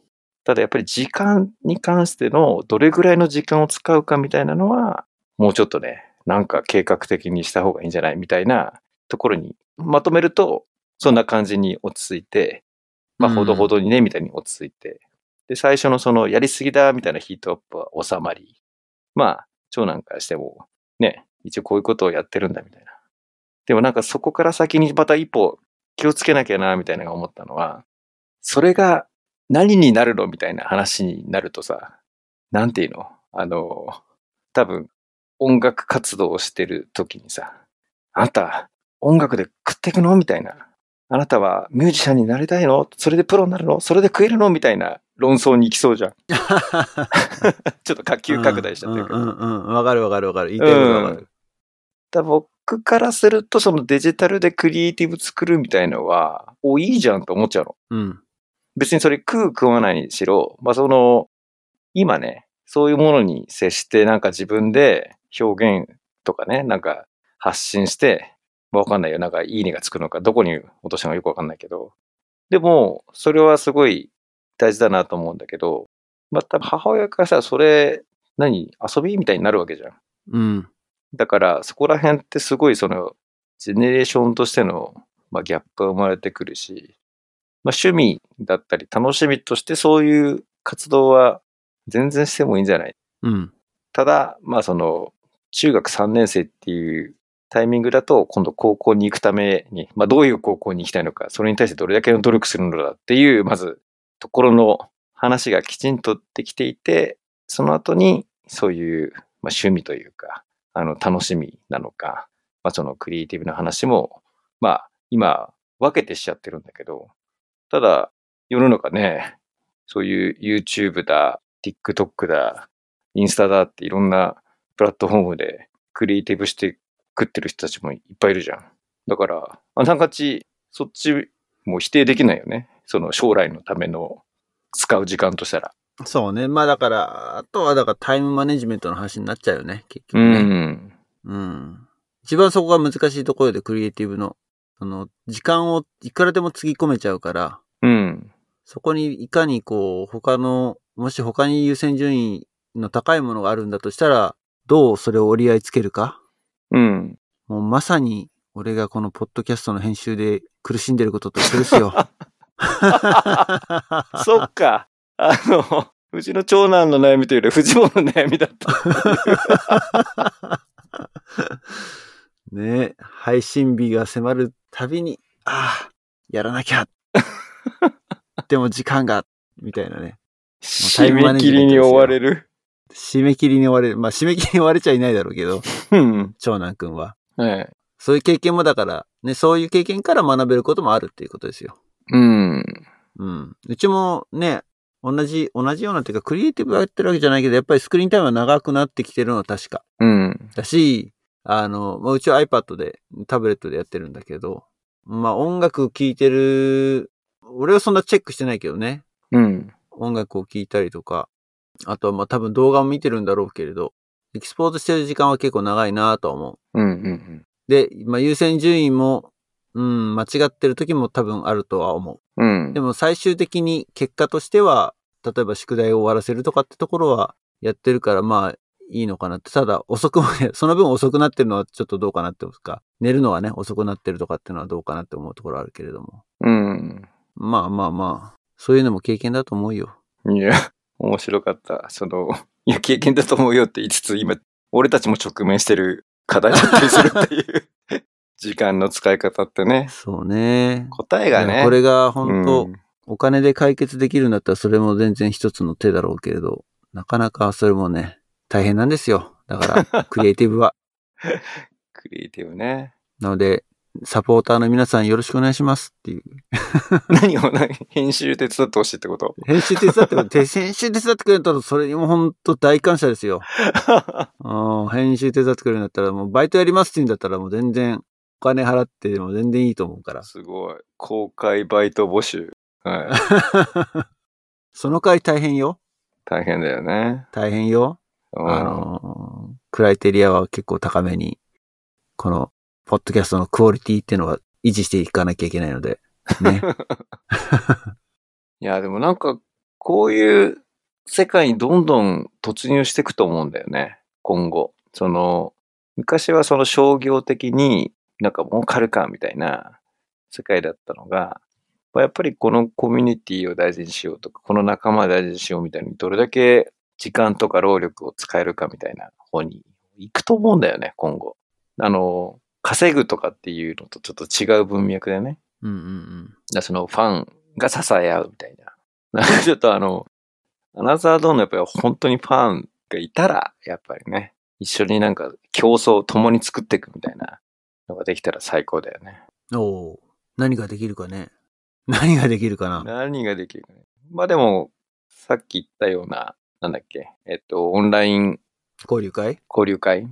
S2: ただやっぱり時間に関してのどれぐらいの時間を使うかみたいなのは、もうちょっとね、なんか計画的にした方がいいんじゃないみたいなところにまとめると、そんな感じに落ち着いて、まあ、
S1: うん
S2: ほどほどにね、みたいに落ち着いて。で、最初のその、やりすぎだ、みたいなヒートアップは収まり。まあ、長男からしても、ね、一応こういうことをやってるんだ、みたいな。でもなんかそこから先にまた一歩気をつけなきゃな、みたいなのが思ったのは、それが何になるのみたいな話になるとさ、なんていうのあの、多分、音楽活動をしてる時にさ、あなた、音楽で食っていくのみたいな。あなたはミュージシャンになりたいのそれでプロになるのそれで食えるのみたいな論争に行きそうじゃん。 ちょっと下級拡大しちゃってるけ
S1: う
S2: ど。
S1: んうんうんうん。わかるわかるわかる。言いたいことわかる。
S2: だ僕からすると、そのデジタルでクリエイティブ作るみたいのは、お、いいじゃんと思っちゃうの。
S1: うん。
S2: 別にそれ食う食わないにしろ、まあその、今ね、そういうものに接して、なんか自分で表現とかね、なんか発信して、まあわかんないよ。なんかいいねがつくのか、どこに落としたのかよくわかんないけど。でも、それはすごい大事だなと思うんだけど、まあ多分母親からさ、それ、何遊びみたいになるわけじゃん。
S1: うん。
S2: だからそこら辺ってすごいそのジェネレーションとしての、まあ、ギャップが生まれてくるし、まあ、趣味だったり楽しみとしてそういう活動は全然してもいいんじゃない
S1: うん。
S2: ただまあその中学3年生っていうタイミングだと今度高校に行くために、まあ、どういう高校に行きたいのかそれに対してどれだけの努力するのだっていうまずところの話がきちんとできていてその後にそういう、まあ、趣味というかあの楽しみなのか、まあ、そのクリエイティブな話もまあ今分けてしちゃってるんだけどただ世の中ねそういう YouTube だ TikTok だインスタだっていろんなプラットフォームでクリエイティブして食ってる人たちもいっぱいいるじゃん。だから、あながちそっちも否定できないよね。その将来のための使う時間としたら。
S1: そうね。まあだから、あとはだからタイムマネジメントの話になっちゃうよね、結
S2: う
S1: 局ね。
S2: ん。
S1: うん。一番そこが難しいところで、クリエイティブの。その、時間をいくらでもつぎ込めちゃうから、
S2: うん。
S1: そこにいかにこう、他の、もし他に優先順位の高いものがあるんだとしたら、どうそれを折り合いつけるか。
S2: うん。
S1: もうまさに、俺がこのポッドキャストの編集で苦しんでることと一緒です よ。
S2: そっか。 あの、うちの長男の悩みというより、藤本の悩みだった。
S1: ねえ配信日が迫るたびに、ああ、やらなきゃ。でも時間が、みたいなね。タイ
S2: 締
S1: ムマ
S2: め
S1: ネ
S2: 切
S1: ジメ
S2: り
S1: ントです
S2: に
S1: よ
S2: 追われる。
S1: 締め切りに追われる。まあ、締め切りに追われちゃいないだろうけど、
S2: うん。
S1: 長男くんは。
S2: ええ。
S1: そういう経験もだから、ね、そういう経験から学べることもあるっていうことですよ。
S2: うん。
S1: うん。うちもね、同じ、同じようなっていうか、クリエイティブやってるわけじゃないけど、やっぱりスクリーンタイムは長くなってきてるのは確か。
S2: うん。
S1: だし、あの、まあ、うちは iPad で、タブレットでやってるんだけど、まあ音楽聴いてる、俺はそんなチェックしてないけどね。
S2: うん。
S1: 音楽を聴いたりとか、あとはまあ多分動画を見てるんだろうけれど、エキスポートしてる時間は結構長いなとは思う。
S2: うん。うん。
S1: で、まあ優先順位も、うん、間違ってる時も多分あるとは思
S2: う
S1: う。
S2: ん
S1: で。も最終的に結果としては、例えば宿題を終わらせるとかってところはやってるから、まあいいのかなって。ただ遅くまで、 その分遅くなってるのはちょっとどうかなって思うか、寝るのはね、遅くなってるとかっていうのはどうかなって思うところはあるけれども。
S2: うん。
S1: まあまあまあ、そういうのも経験だと思うよ。
S2: いや、面白かった。その、いや、経験だと思うよって言いつつ、今、俺たちも直面してる課題だったりするっていう、時間の使い方ってね。
S1: そうね。
S2: 答えが
S1: い
S2: ね。
S1: やこれが本当、
S2: うん
S1: お金で解決できるんだったらそれも全然一つの手だろうけれど、なかなかそれもね、大変なんですよ。だ から、クリエイティブは。
S2: クリエイティブね。
S1: なので、サポーターの皆さんよろしくお願いしますっていう。
S2: 何を、何編集手伝ってほしいってこと
S1: 編集手伝って くれて、編集手伝ってくれたらそれにも本当大感謝ですよ。うん編集手伝ってくれるんだったらもうバイトやりますって言うんだったらもう全然お金払ってでも全然いいと思うから。
S2: すごい。公開バイト募集。はい。
S1: その代わり大変よ。
S2: 大変だよね。
S1: 大変よ。
S2: うん
S1: あのー、クライテリアは結構高めに、この、ポッドキャストのクオリティっていうのは維持していかなきゃいけないので、 ね。
S2: いや、でもなんか、こういう世界にどんどん突入していくと思うんだよね。今後。その、昔はその商業的になんか儲かるかみたいな、世界だったのが、やっぱりこのコミュニティを大事にしようとか、この仲間を大事にしようみたいに、どれだけ時間とか労力を使えるかみたいな方に行くと思うんだよね、今後。あの、稼ぐとかっていうのとちょっと違う文脈でね。
S1: うんうん
S2: だからそのファンが支え合うみたいな。なん かちょっとあの、アナザードーンのやっぱり本当にファンがいたら、やっぱりね、一緒になんか競争を共に作っていくみたいなのができたら最高だよね。
S1: うん。おおー何ができるかね。何ができるかな。
S2: 何ができるかね。まあでも、さっき言ったような、なんだっけ、えっと、オンライン
S1: 交流会
S2: 交流会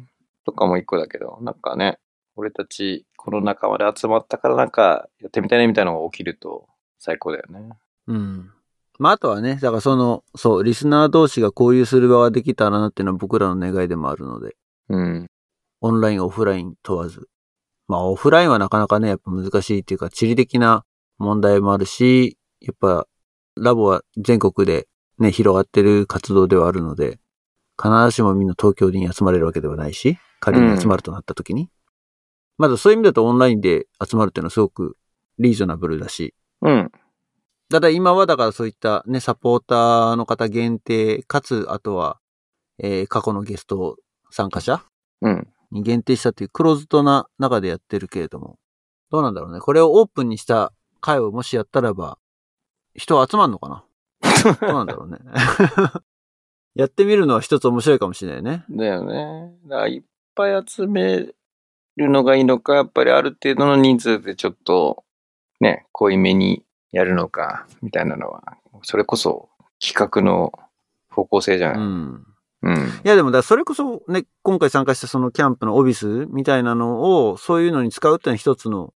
S2: とかも一個だけど、なんかね、俺たちこの仲間で集まったからなんかやってみたいねみたいなのが起きると最高だよね。
S1: うん。まあ、あとはね、だからその、そう、リスナー同士が交流する場ができたらなっていうのは僕らの願いでもあるので、
S2: うん。
S1: オンライン、オフライン問わず。まあ、オフラインはなかなかね、やっぱ難しいっていうか、地理的な問題もあるし、やっぱ、ラボは全国でね、広がってる活動ではあるので、必ずしもみんな東京に集まれるわけではないし、仮に集まるとなった時に。まだそういう意味だとオンラインで集まるっていうのはすごくリーズナブルだし、
S2: うん。
S1: ただ今はだからそういったね、サポーターの方限定、かつ、あとは、えー過去のゲスト参加者
S2: うん。
S1: に限定したというクローズドな中でやってるけれども、どうなんだろうね。これをオープンにした回をもしやったらば、人集まんのかなどうなんだろうね。 やってみるのは一つ面白いかもしれないね。
S2: だよね。だからいっぱい集めるのがいいのか、やっぱりある程度の人数でちょっと、ね、濃いめにやるのか、みたいなのは、それこそ企画の方向性じゃ
S1: う
S2: ない。
S1: ん。
S2: うん。
S1: いやでも、だからそれこそね、今回参加したそのキャンプのオビスみたいなのを、そういうのに使うっていうのは一つの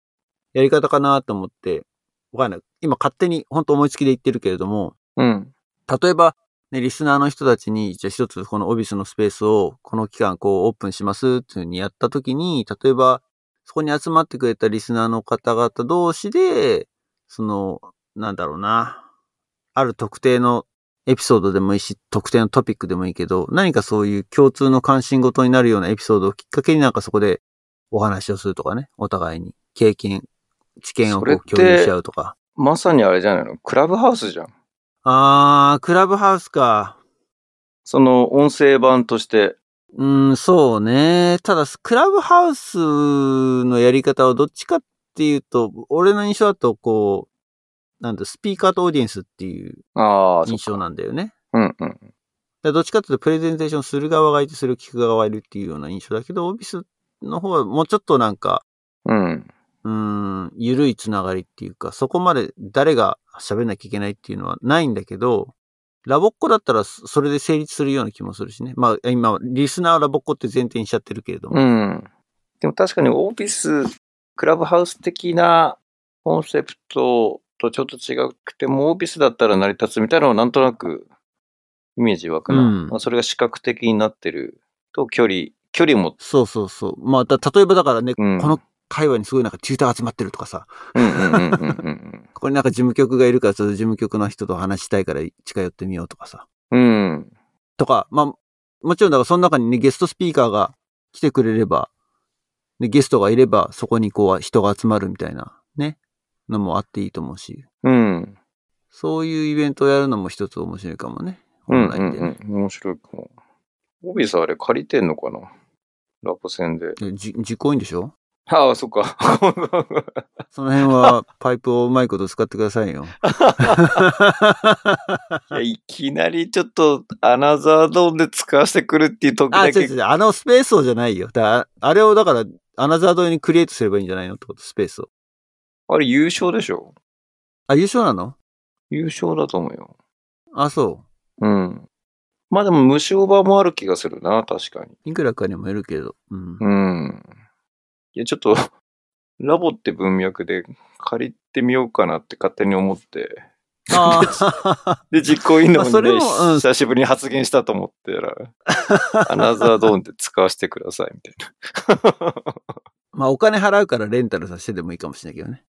S1: やり方かなと思って、わかんない。今勝手に本当思いつきで言ってるけれども、
S2: うん。
S1: 例えば、ね、リスナーの人たちに、じゃあ一つこのオビスのスペースをこの期間こうオープンしますっていうふうにやった時に、例えば、そこに集まってくれたリスナーの方々同士で、その、なんだろうな、ある特定のエピソードでもいいし、特定のトピックでもいいけど、何かそういう共通の関心事になるようなエピソードをきっかけになんかそこでお話をするとかね、お互いに経験、知見をこう
S2: それって
S1: 共有し合うとか。
S2: まさにあれじゃないのクラブハウスじゃん。
S1: あー、クラブハウスか。
S2: その音声版として。
S1: うん、そうね。ただ、クラブハウスのやり方はどっちかっていうと、俺の印象だと、こう、なんだ、スピーカーとオーディエンスっていう
S2: ああ、そっ
S1: 印
S2: か。
S1: 象なんだよね。
S2: うんうん。
S1: だからどっちかっていうと、プレゼンテーションする側がいて、それを聞く側がいるっていうような印象だけど、オフィスの方はもうちょっとなんか、
S2: うん。
S1: うん、ゆるいつながりっていうか、そこまで誰が喋んなきゃいけないっていうのはないんだけど、ラボっ子だったらそそれで成立するような気もするしね。まあ今、リスナーはラボっ子って前提にしちゃってるけれども。
S2: うん。でも確かにオフィス、クラブハウス的なコンセプトとちょっと違くても、オフィスだったら成り立つみたいなのはなんとなくイメージ湧くな。
S1: うん
S2: まあ、それが視覚的になってると距離、距離も、
S1: そうそうそう。まあ、だ例えばだからね、
S2: うん
S1: この会話にすごいなんかチューターが集まってるとかさ、
S2: うんうんうんうんうん
S1: ここになんか事務局がいるから、ちょっと事務局の人と話したいから近寄ってみようとかさ。
S2: うん。うん。
S1: とか、まあ、もちろんだからその中にね、ゲストスピーカーが来てくれれば、でゲストがいれば、そこにこう人が集まるみたいなね、のもあっていいと思うし、
S2: うん。
S1: そういうイベントをやるのも一つ面白いかもね。
S2: う
S1: オ
S2: ん
S1: ン
S2: う
S1: ラ
S2: ん
S1: インでね。
S2: うん。面白いかも。オフィスあれ借りてんのかなラポ戦で。
S1: でじ実行委員でしょ
S2: ああ、そっか。
S1: その辺はパイプをうまいこと使ってくださいよ。
S2: いや、いきなりちょっと、アナザードーンで使わせてくるっていう時
S1: あ、
S2: だ
S1: 違う
S2: け
S1: 違う、あのスペースをじゃないよ。だあれをだから、アナザードにクリエイトすればいいんじゃないのってこと、スペースを。
S2: あれ優勝でしょ
S1: あ、優勝なの
S2: 優勝だと思うよ。
S1: あ、そ
S2: うん。まあでも無償版もある気がするな、確かに。
S1: う。いくらかにもよるけど。うん。
S2: うん。いや、ちょっと、 ラボって文脈で借りてみようかなって勝手に思って。
S1: あー
S2: で、実行委員の
S1: まあそ
S2: 方に
S1: れ
S2: ね、
S1: もうん
S2: 久しぶりに発言したと思って たら、アナザードーンで使わせてください、みたいな。
S1: まあ、お金払うからレンタルさせてでもいいかもしれないけどね。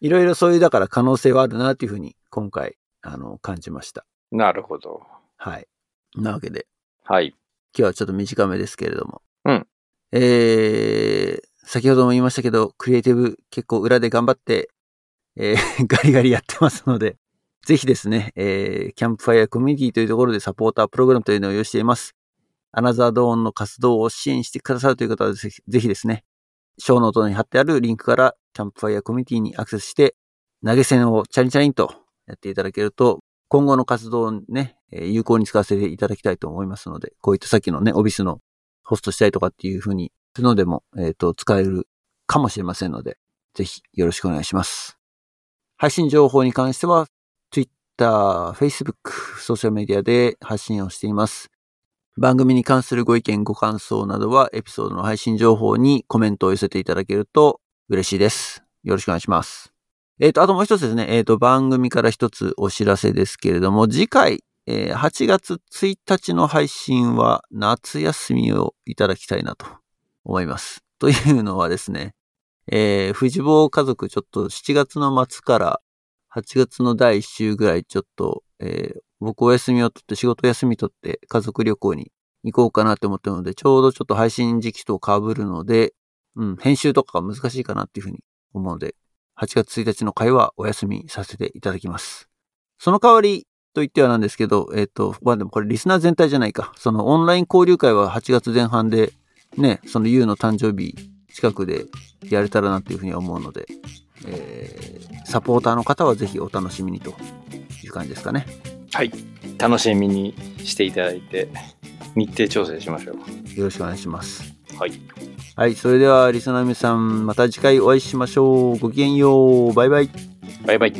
S1: いろいろそういう、だから可能性はあるな、というふうに、今回、あの、感じました。
S2: なるほど。
S1: はい。なわけで、
S2: はい。
S1: 今日はちょっと短めですけれども。
S2: うん。
S1: えー、先ほども言いましたけど、クリエイティブ結構裏で頑張ってえー ガリガリやってますので、ぜひですね、えーキャンプファイアコミュニティというところでサポータープログラムというのを用意しています。アナザードーンの活動を支援してくださるという方はぜひぜひですね、ショーノートに貼ってあるリンクからキャンプファイアコミュニティにアクセスして、投げ銭をチャリンチャリンとやっていただけると、今後の活動をね、えー有効に使わせていただきたいと思いますので、こういったさっきのね、オビスのホストしたいとかっていうふうに、そういうのでも、えっ、と、使えるかもしれませんので、ぜひよろしくお願いします。配信情報に関しては、Twitter、Facebook、ソーシャルメディアで発信をしています。番組に関するご意見、ご感想などは、エピソードの配信情報にコメントを寄せていただけると嬉しいです。よろしくお願いします。えっ、と、あともう一つですね、えっ、と、番組から一つお知らせですけれども、次回、えー8月1日の配信は夏休みをいただきたいなと思います。というのはですね、えー、富士坊家族ちょっと7月の末から8月の第1週ぐらいちょっと、えー僕お休みを取って仕事休み取って家族旅行に行こうかなって思ってるので、ちょうどちょっと配信時期と被るので、うん、編集とかが難しいかなっていうふうに思うので、8月1日の会はお休みさせていただきます。その代わり、と言ってはなんですけど、えっ、と、まあでもこれリスナー全体じゃないか。そのオンライン交流会は8月前半で、ね、その YOU の誕生日近くでやれたらなっていうふうには思うので、えーサポーターの方はぜひお楽しみにという感じですかね。
S2: はい。楽しみにしていただいて、日程調整しましょう。
S1: よろしくお願いします。
S2: はい。
S1: はい、それではリスナーの皆さん、また次回お会いしましょう。ごきげんよう。バイバイ。
S2: バイバイ。